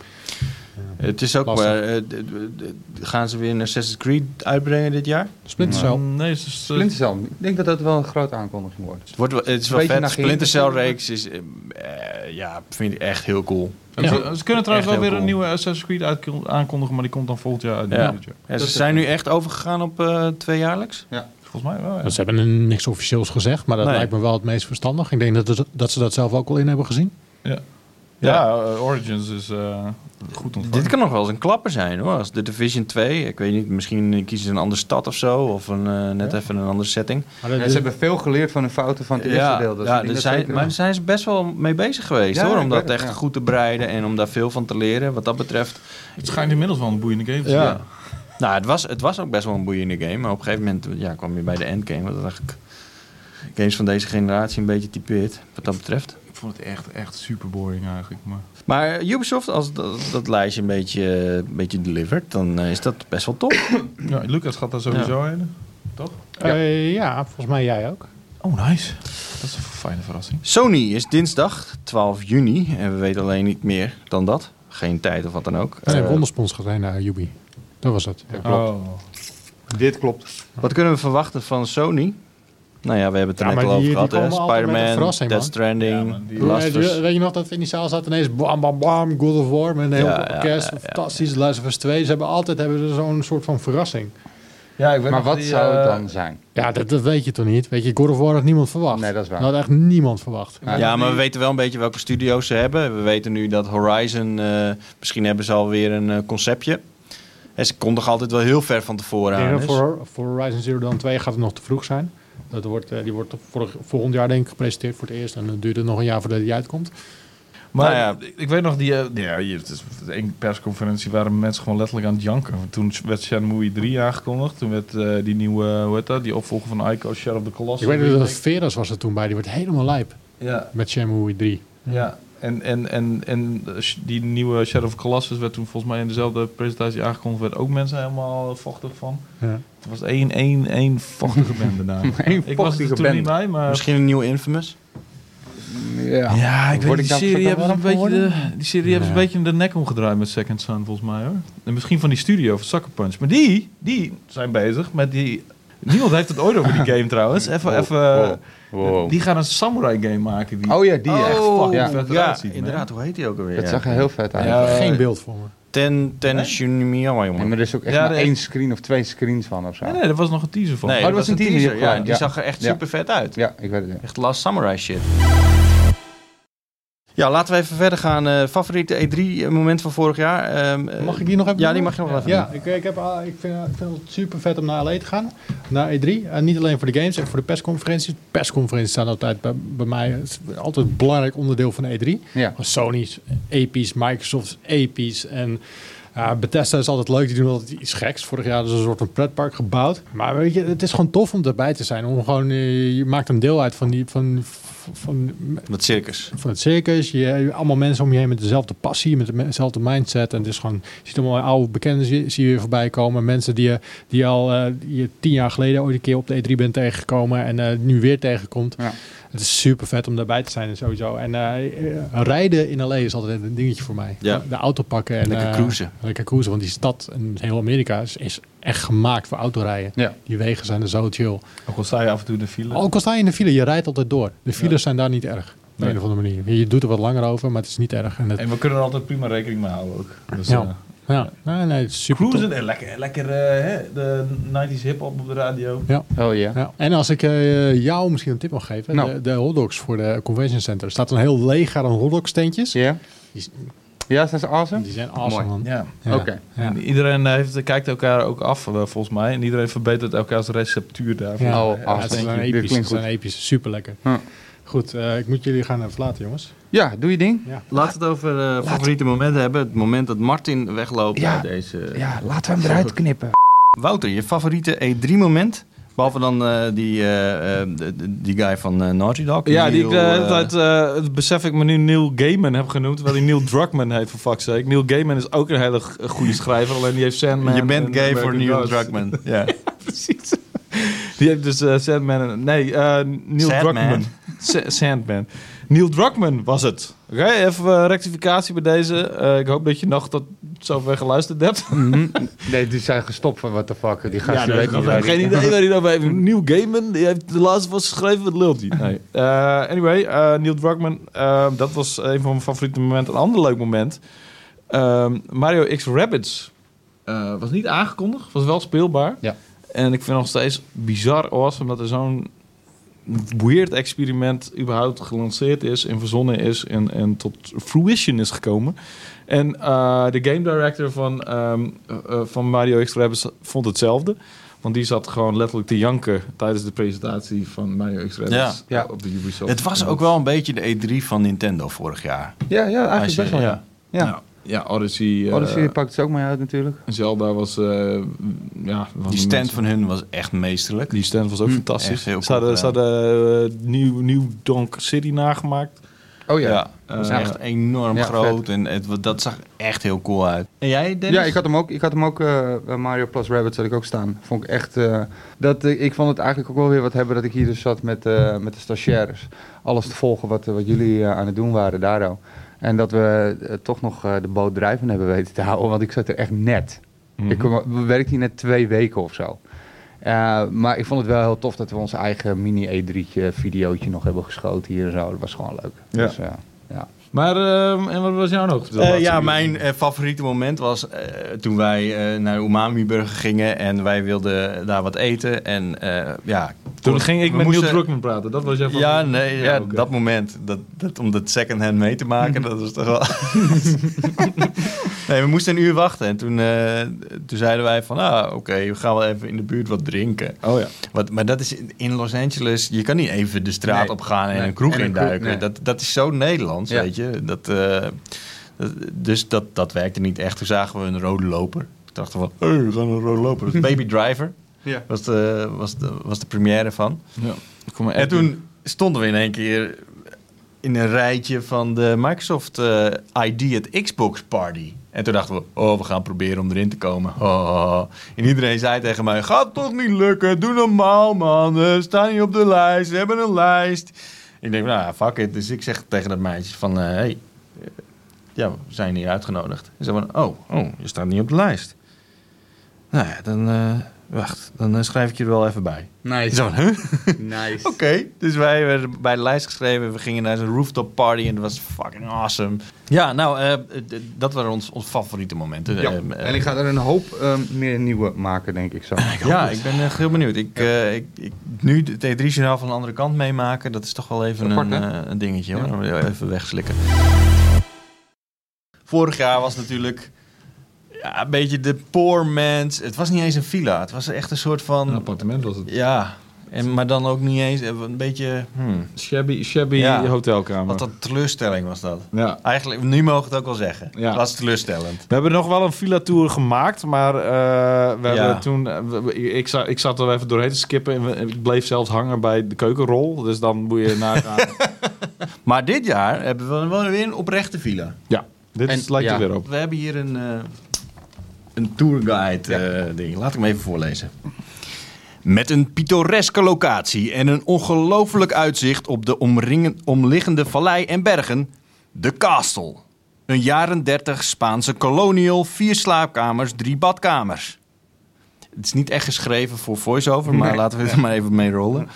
Het is ook Lastig. maar. eh, d- d- d- gaan ze weer een Assassin's Creed uitbrengen dit jaar? Splinter Cell. Mm, Nee, ze, ze- Splinter Cell. Ik denk dat dat wel een grote aankondiging wordt. Het, wordt, wel- het is wel Beetje vet. naar Splinter Cell geïnteresseerd. reeks is. eh, eh, ja, vind ik echt heel cool. ze- Ja. ze kunnen Echt trouwens wel heel weer cool. een nieuwe Assassin's Creed uit, aankondigen, maar die komt dan volgend jaar uit. Ja. dit jaar. Ja, Dat ze is zijn nu echt overgegaan op eh tweejaarlijks. Volgens mij wel. ja. Ze hebben er niks officieels gezegd, maar dat Nee. lijkt me wel het meest verstandig. Ik denk dat, het- dat ze dat zelf ook al in hebben gezien. Ja, eh, Origins is eh, goed ontvangen. Dit kan nog wel eens een klapper zijn hoor. Als de Division 2, ik weet niet, misschien kiezen ze een andere stad of zo. Of een, eh, net even een andere setting. Maar dus- Ja, ze hebben veel geleerd van de fouten van het eerste ja, deel. dus Dat ja, is daar zijn, maar daar maar, zijn ze best wel mee bezig geweest Ja, hoor. ik Om weet dat het, echt ja. goed te breiden en om daar veel van te leren. Wat dat betreft. Het schijnt inmiddels wel een boeiende game te zijn. Ja. Nou, het was, het was ook best wel een boeiende game. Maar op een gegeven moment ja, kwam je bij de endgame. Wat eigenlijk games van deze generatie een beetje typeert. Wat dat betreft. Ik vond het echt, echt super boring eigenlijk. Maar... Maar eh, Ubisoft, als dat, dat lijstje een beetje, eh, een beetje delivered, dan eh, is dat best wel top. Ja, Lucas gaat daar sowieso heen. Toch? Ja. Eh, ja, volgens mij jij ook. Oh, nice. Dat is een fijne verrassing. Sony is dinsdag 12 juni en we weten alleen niet meer dan dat. Geen tijd of wat dan ook. Nee, Eh, wonderspons zijn naar Yubi. Dat was het. Ja. Oh. Dit klopt. wat kunnen we verwachten van Sony? Nou ja, we hebben het er Ja, net maar al over die- gehad. die hè. komen altijd met een Spider-Man, verrassing, Death man. Stranding, Ja, man, die- Last of weet, je, Us. weet je nog dat we in die zaal zaten ineens bam bam bam God of War met een heel Ja, ja, orkest, ja, ja, fantastisch, The Last of Us 2. Ze hebben altijd hebben ze zo'n soort van verrassing. Ja, ik weet Maar nog wat die, zou het eh, dan zijn? Ja, dat, dat weet je toch niet? Weet je, God of War had niemand verwacht. Nee, dat is waar. Dat had echt niemand verwacht. Ja, maar we weten wel een beetje welke studio's ze hebben. We weten nu dat Horizon, eh, misschien hebben ze alweer een eh, conceptje. En ze kondigen altijd wel heel ver van tevoren Ik denk aan. dat dus- voor, voor Horizon Zero Dawn 2 gaat het nog te vroeg zijn. Dat wordt, eh, die wordt vorig, volgend jaar denk ik gepresenteerd voor het eerst. En dan duurt het nog een jaar voordat die uitkomt. Maar Nou ja. ik, ik weet nog die... eh, ja, je- het is een persconferentie waren mensen gewoon letterlijk aan het janken. Want Toen werd Shenmue 3 aangekondigd. Toen werd eh, die nieuwe, eh, hoe heet dat? Die opvolger van Ico, Shadow of the Ik Colossus. weet nog dat Veras was er toen bij. Die wordt helemaal lijp Ja, met Shenmue 3. ja. En, en, en, en eh, sh- die nieuwe Shadow of the Colossus werd toen volgens mij in dezelfde presentatie aangekondigd. Werd ook mensen helemaal vochtig van. Ja. Het was één, één, één vochtige bende daar. Eén ik was er vochtige toen band. niet bij, maar... Misschien een nieuwe Infamous. Ja. Ja, ik weet Word ik die daar serie hebben ze een verkouden beetje van de, die serie hebben ze een beetje de nek omgedraaid met Second Sun volgens mij hoor. En misschien van die studio van Sucker Punch. Maar die, die zijn bezig met die. Niemand heeft het ooit over die game trouwens. Even, even. eh, Die gaan een samurai game maken. Die Oh ja, die echt. Oh, ja. ja, vet eruit ziet, man. inderdaad. Hoe heet die ook alweer? Dat ja. zag er heel vet uit. Ja. Geen beeld voor me. Ten, ten Nee? Shunimiya, Nee, jongen. maar er is ook echt Ja, maar de- één screen of twee screens van of zo. Nee, nee, daar was nog een teaser van. Nee, Oh, dat was een teaser, die Ja, opkwam. die Ja. zag er echt Ja. super vet uit. Ja, ik weet het. Echt Last Samurai shit. Ja, laten we even verder gaan. Eh, favoriete E3-moment van vorig jaar. Ehm, eh, Mag ik die nog even Ja, doen? die mag je nog wel even Ja, ik, ik, heb, ah, ik, vind, ik vind het super vet om naar LA te gaan. Naar E3. En niet alleen voor de games, ook voor de persconferenties. Persconferenties staan altijd bij, bij mij. Het is altijd een belangrijk onderdeel van E3. Ja. Sony's episch, Microsoft's episch. En ja, Bethesda is altijd leuk. Die doen altijd iets geks. Vorig jaar is een soort van pretpark gebouwd. Maar weet je, het is gewoon tof om erbij te zijn. Om gewoon, eh, je maakt een deel uit van die... Van, van, Dat circus. van het circus. Je, je- allemaal mensen om je heen met dezelfde passie, met de- dezelfde mindset. En het is gewoon, je ziet allemaal oude bekenden zie, zie je weer voorbij komen. Mensen die je, die je al eh, die je tien jaar geleden ooit een keer op de E3 bent tegengekomen en eh, nu weer tegenkomt. Ja. Het is super vet om daarbij te zijn en sowieso. En eh, eh, rijden in LA is altijd een dingetje voor mij. Ja. De auto pakken en Lekker eh, cruisen. lekker cruisen, want die stad en heel Amerika is, is echt gemaakt voor autorijden. Ja. Die wegen zijn er zo chill. Ook al sta je af en toe in de file. Oh, Ook al sta je in de file, je rijdt altijd door. De files Ja. zijn daar niet erg. Op Nee. een of andere manier. Je doet er wat langer over, maar het is niet erg. En het, En we kunnen er altijd prima rekening mee houden ook. Dus, ja. eh, ja. Nee, nee, het is super tof. cruisen en lekker, lekker eh, hè, de 90s hip-hop op de radio. Oh ja. Ja. En als ik eh, jou misschien een tip mag geven. Nou. De, de hotdogs voor de convention center. Er staat een heel leger aan hotdogstentjes. Ja? Die is- Ja, zijn ze awesome? Die zijn awesome, Mooi. man. Ja. Ja. Oké. Ja. En iedereen eh, heeft, kijkt elkaar ook af, eh, volgens mij. En iedereen verbetert elkaars receptuur daarvoor. Ja. Oh, Ja, awesome. het zijn Dit episch. klinkt Het goed. zijn episch. Super lekker. Ja. Goed, eh, ik moet jullie gaan eh, verlaten, jongens. Ja, doe je ding. Laten we het over eh, favoriete momenten hebben. Het moment dat Martin wegloopt Ja. uit deze... Ja, laten we hem eruit knippen. Wouter, je favoriete E3-moment? Behalve dan eh, die, eh, eh, de- de- die guy van eh, Naughty Dog. Ja, die ik Neil, de hele eh, tijd, eh, het besef ik me nu Neil Gaiman heb genoemd, terwijl hij Neil Druckmann heet, voor fuck's sake. Neil Gaiman is ook een hele g- goede schrijver, alleen die heeft Sandman... eh, je bent en gay voor American Neil Gods. Druckmann. Ja. Precies. Die heeft dus eh, Sandman... en- Nee, eh, Neil Sandman. Druckmann. Sa- Sandman. Neil Druckmann was het. Oké, even eh, rectificatie bij deze. Eh, ik hoop dat je nog tot zover geluisterd hebt. Nee, die zijn gestopt van what the fuck. Die gasten Ja, nee, weet ik niet heb waar geen die- idee waar hij nou bij heeft. Neil Gaiman, die heeft de laatste was geschreven, wat lult hij? Nee. Eh, anyway, eh, Neil Druckmann, eh, dat was een van mijn favoriete momenten. Een ander leuk moment. ehm, Mario X Rabbids eh, was niet aangekondigd, was wel speelbaar. Ja. En ik vind nog steeds bizar awesome dat er zo'n weird experiment überhaupt gelanceerd is en verzonnen is en, en tot fruition is gekomen. En eh, de game director van, ehm, eh, eh, van Mario X Rabbids vond hetzelfde. Want die zat gewoon letterlijk te janken tijdens de presentatie van Mario X Rabbids Ja. op de Ubisoft. Het was ook wel een beetje de E3 van Nintendo vorig jaar. Ja, ja, Als eigenlijk je- best wel. ja. Ja. Ja, Nou, Ja. ja Odyssey. eh, Odyssey Oh, pakt het ook mee uit natuurlijk. Zelda was... eh, ja, Die was een- stand van hun was echt meesterlijk. Die stand was ook fantastisch. echt heel Ze hadden, cool ze hadden eh, New, New Donk City nagemaakt. Oh ja. Ja, Ja, dat is eh, echt enorm ja, groot en het, dat zag echt heel cool uit. En jij, Dennis? ik had hem ook, ik had hem ook eh, bij Mario Plus Rabbits had ik ook staan. Vond ik echt, eh, dat, eh, ik vond het eigenlijk ook wel weer wat hebben dat ik hier dus zat met, eh, met de stagiaires. Alles te volgen wat, eh, wat jullie eh, aan het doen waren daar al. En dat we eh, toch nog eh, de boot drijvend hebben weten te houden, want ik zat er echt net. mhm. Ik kwam- we werkten hier net twee weken of zo. Eh, maar ik vond het wel heel tof dat we ons eigen mini E3'tje videootje nog hebben geschoten hier en zo. Dat was gewoon leuk. Ja. Dus, eh, ja. Maar, ehm, en wat was jouw hoogtepunt? Eh, ja, mijn eh, favoriete moment was eh, toen wij eh, naar Umami Burger gingen en wij wilden daar wat eten. En eh, ja, Toen ging ik we met Neil moesten- Druckmann praten. Dat was jij van... Ja, nee, ja, oké. dat moment. Dat, dat, om dat secondhand mee te maken, dat was toch wel... nee, we moesten een uur wachten. En toen, eh, toen zeiden wij van, ah, oké, we gaan wel even in de buurt wat drinken. Oh ja. Wat, maar dat is in- in Los Angeles, je kan niet even de straat Nee, op gaan en nee. een kroeg En een kroeg, induiken. nee. dat, dat is zo Nederlands, Ja. weet je. Dat, eh, dat- dus dat, dat werkte niet echt. Toen zagen we een rode loper. Toen dachten we van, hey, we gaan een rode loper. Dat is Baby Driver Ja. was de, was de, was de première van. ja. Ik kom er En echt in. toen stonden we in één keer in een rijtje van de Microsoft eh, ID at Xbox Party. En toen dachten we, oh, we gaan proberen om erin te komen. Oh, oh, oh. En iedereen zei tegen mij, gaat toch niet lukken, doe normaal man. Eh, We staan niet op de lijst, we hebben een lijst. Ik denk, nou, fuck it. Dus ik zeg tegen dat meisje van, eh, hey, eh, ja, we zijn hier uitgenodigd. En ze van, oh, oh, je staat niet op de lijst. Nou ja, dan, eh, wacht, dan eh, schrijf ik je er wel even bij. Ik Nice. zei van, huh? Nice. Oké, dus wij werden bij de lijst geschreven. We gingen naar zo'n rooftop party en dat was fucking awesome. Ja, nou, eh, d- dat waren ons, ons favoriete momenten. Ja, Eh, eh, en ik ga er een hoop ehm, meer nieuwe maken, denk ik zo. ja, ik ben echt heel benieuwd. Ik, eh, ik, ik, nu het E3-journaal van de andere kant meemaken, dat is toch wel even Apart, een, hè? eh, een dingetje. Hoor. Even wegslikken. Vorig jaar was natuurlijk ja, een beetje de poor man's... Het was niet eens een villa. Het was echt een soort Een van... appartement was het. Ja, en, maar dan ook niet eens... eh, Een beetje... hmm, Shabby, shabby Ja. hotelkamer. Wat een teleurstelling was dat. Ja. Eigenlijk, nu mogen we het ook wel zeggen. Ja. Het was teleurstellend. We hebben nog wel een villa-tour gemaakt, maar eh, we Ja. hebben toen... eh, we- we- ik, zat, ik zat er even doorheen te skippen en we- en ik bleef zelfs hangen bij de keukenrol. Dus dan moet je nagaan. Maar dit jaar hebben we wel weer een oprechte villa. ja, dit En- is, lijkt er ja. weer op. We hebben hier een, eh een tourguide eh, ding. Laat ik hem even voorlezen. Met een pittoreske locatie en een ongelooflijk uitzicht op de omringen- omliggende vallei en bergen. De Castle. Een jaren 30 Spaanse colonial, vier slaapkamers, drie badkamers. Het is niet echt geschreven voor voice-over, maar laten we er maar even mee rollen.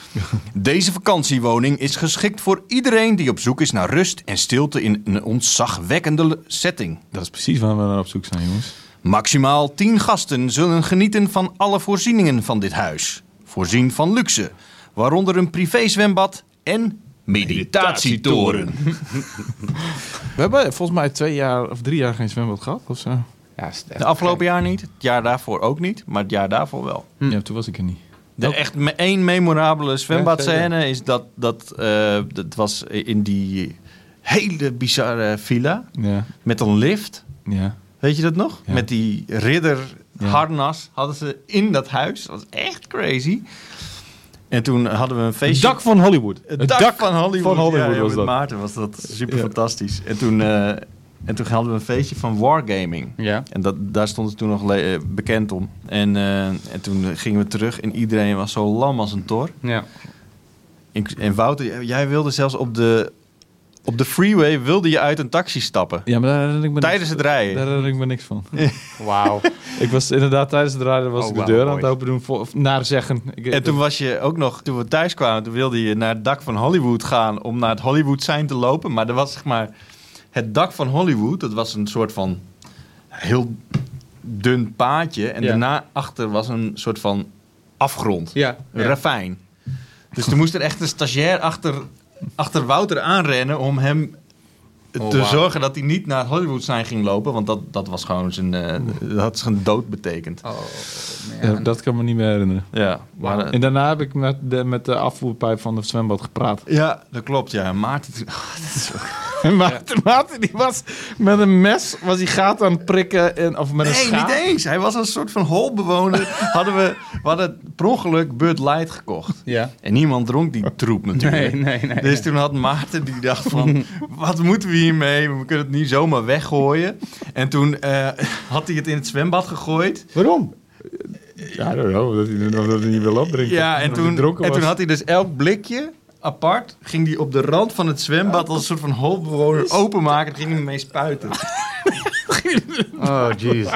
Deze vakantiewoning is geschikt voor iedereen die op zoek is naar rust en stilte in een ontzagwekkende le- setting. Dat is precies waar we naar op zoek zijn, jongens. Maximaal 10 gasten zullen genieten van alle voorzieningen van dit huis. Voorzien van luxe, waaronder een privézwembad en meditatietoren. We hebben volgens mij twee jaar of drie jaar geen zwembad gehad of zo. Ja, is echt De afgelopen jaar niet, het jaar daarvoor ook niet, maar het jaar daarvoor wel. Ja, toen was ik er niet. De echt me- één memorabele zwembadscène Ja, is dat dat eh, dat was in die hele bizarre villa Ja, met een lift. ja. Weet je dat nog? Ja. Met die ridder Ja. harnas hadden ze in dat huis. Dat was echt crazy. En toen hadden we een Het feestje. dak van Hollywood. Het dak, van Hollywood. van Hollywood Ja, ja, was met dat. Maarten was dat super fantastisch. En toen, eh, en toen hadden we een feestje van Wargaming. Ja. En dat, daar stond het toen nog le- eh, bekend om. En, eh, en toen gingen we terug en iedereen was zo lam als een tor. Ja. En, en Wouter, jij wilde zelfs op de, op de freeway wilde je uit een taxi stappen. Ja, maar daar herinner ik dus me Tijdens niks, het rijden. Daar herinner ik me niks van. Wauw. ik was inderdaad tijdens het rijden was Oh, ik de wauw, deur aan mooi. het open doen. Voor, of naar zeggen. Ik, En toen was je ook nog, toen we thuis kwamen, toen wilde je naar het dak van Hollywood gaan om naar het Hollywood zijn te lopen. Maar er was zeg maar het dak van Hollywood, dat was een soort van heel dun paadje. En Ja. daarna achter was een soort van afgrond, Ja. een ravijn. Dus toen moest er echt een stagiair achter, achter Wouter aanrennen om hem Oh, te wauw. zorgen dat hij niet naar het Hollywood zijn ging lopen. Want dat, dat was gewoon zijn, eh, dat had zijn dood betekend. Oh, Ja, man. dat kan me niet meer herinneren. Ja, maar, eh, En daarna heb ik met de, met de afvoerpijp van het zwembad gepraat. Ja, dat klopt. Ja, Maarten. toen- Ah, dat is ook- En Maarten, Maarten, die was met een mes was hij gaat aan het prikken. En, of met een Nee, schaar. niet eens. Hij was een soort van holbewoner. hadden we, we hadden per ongeluk Bud Light gekocht. Ja. En niemand dronk die troep natuurlijk. Nee, nee, nee. Dus toen had Maarten die dacht van, wat moeten we hiermee? We kunnen het niet zomaar weggooien. En toen eh, had hij het in het zwembad gegooid. Waarom? Ja, I don't know. Dat hij, omdat hij niet wil opdrinken. Ja, en Omdat hij toen, dronken en toen was. had hij dus elk blikje apart. Ging hij op de rand van het zwembad als een soort van holbewoner openmaken. En ging hij ermee spuiten. Oh, jeez.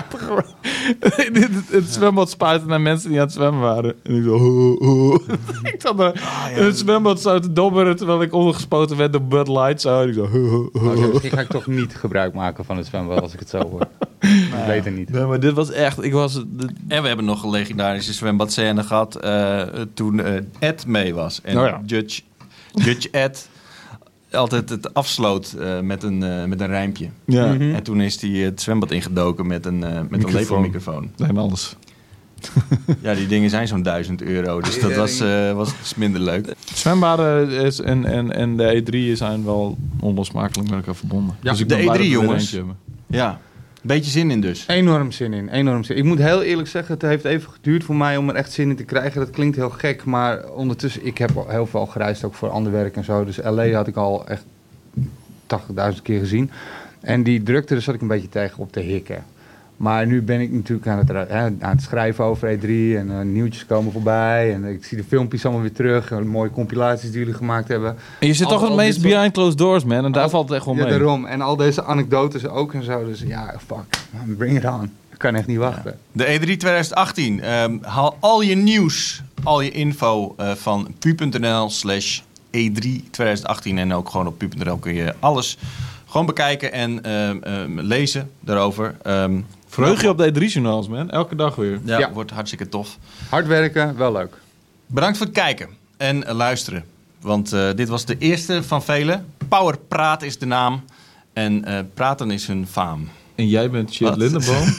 Dit- het- het zwembad spuiten naar mensen die aan het zwemmen waren. En ik zo... "Hoe, hoe." ik zat Ah, daar in het zwembad zo te dobberen... terwijl ik ondergespoten werd door Bud Light. Zo. En ik zo... "Hoe, hoe, hoe." misschien ga ik toch niet gebruik maken van het zwembad als ik het zo hoor. Ik weet het niet. Nee, maar dit was echt... Ik was... dit- En we hebben nog een legendarische zwembadscène gehad eh, toen eh, Ed mee was. En Oh ja. Judge, Judge Ed altijd het afsloot eh, met, een, eh, met een rijmpje. Ja, Mhm. En toen is hij het zwembad ingedoken met een, eh met een Microfoon. lepelmicrofoon. nee, maar alles. Ja, die dingen zijn zo'n 1000 euro, dus dat was, eh, was dus minder leuk. Zwembaden is en, en, en de E3 zijn wel onlosmakelijk met elkaar verbonden. Ja, E dus ik de ben blij E3 dat we er jongens. eentje hebben. Ja, beetje zin in dus. Enorm zin in, enorm zin. Ik moet heel eerlijk zeggen, het heeft even geduurd voor mij om er echt zin in te krijgen. Dat klinkt heel gek, maar ondertussen, ik heb al heel veel gereisd ook voor ander werk en zo. Dus LA had ik al echt 80.000 keer gezien. En die drukte, daar zat ik een beetje tegen op te hikken. Maar nu ben ik natuurlijk aan het, ru- hè, aan het schrijven over E3 en eh, nieuwtjes komen voorbij. En ik zie de filmpjes allemaal weer terug. En mooie compilaties die jullie gemaakt hebben. En je zit Al- toch het al meest dit soort- behind closed doors, man. En daar Al- valt het echt wel ja, mee. daarom. En al deze anekdotes ook en zo. Dus ja, fuck, man, bring it on. Ik kan echt niet wachten. De E E3 2018. Ehm, haal al je nieuws, al je info eh, van pu.nl slash E E3 2018. En ook gewoon op pu.nl kun je alles gewoon bekijken en ehm, ehm, lezen daarover. Ehm Vreug je op de E3-journaals, man. Elke dag weer. Ja, Ja. wordt hartstikke tof. Hard werken, wel leuk. Bedankt voor het kijken en eh, luisteren. Want eh, dit was de eerste van vele. Power Praat is de naam. En eh, praten is hun faam. En jij bent Shit Wat? Lindenboom.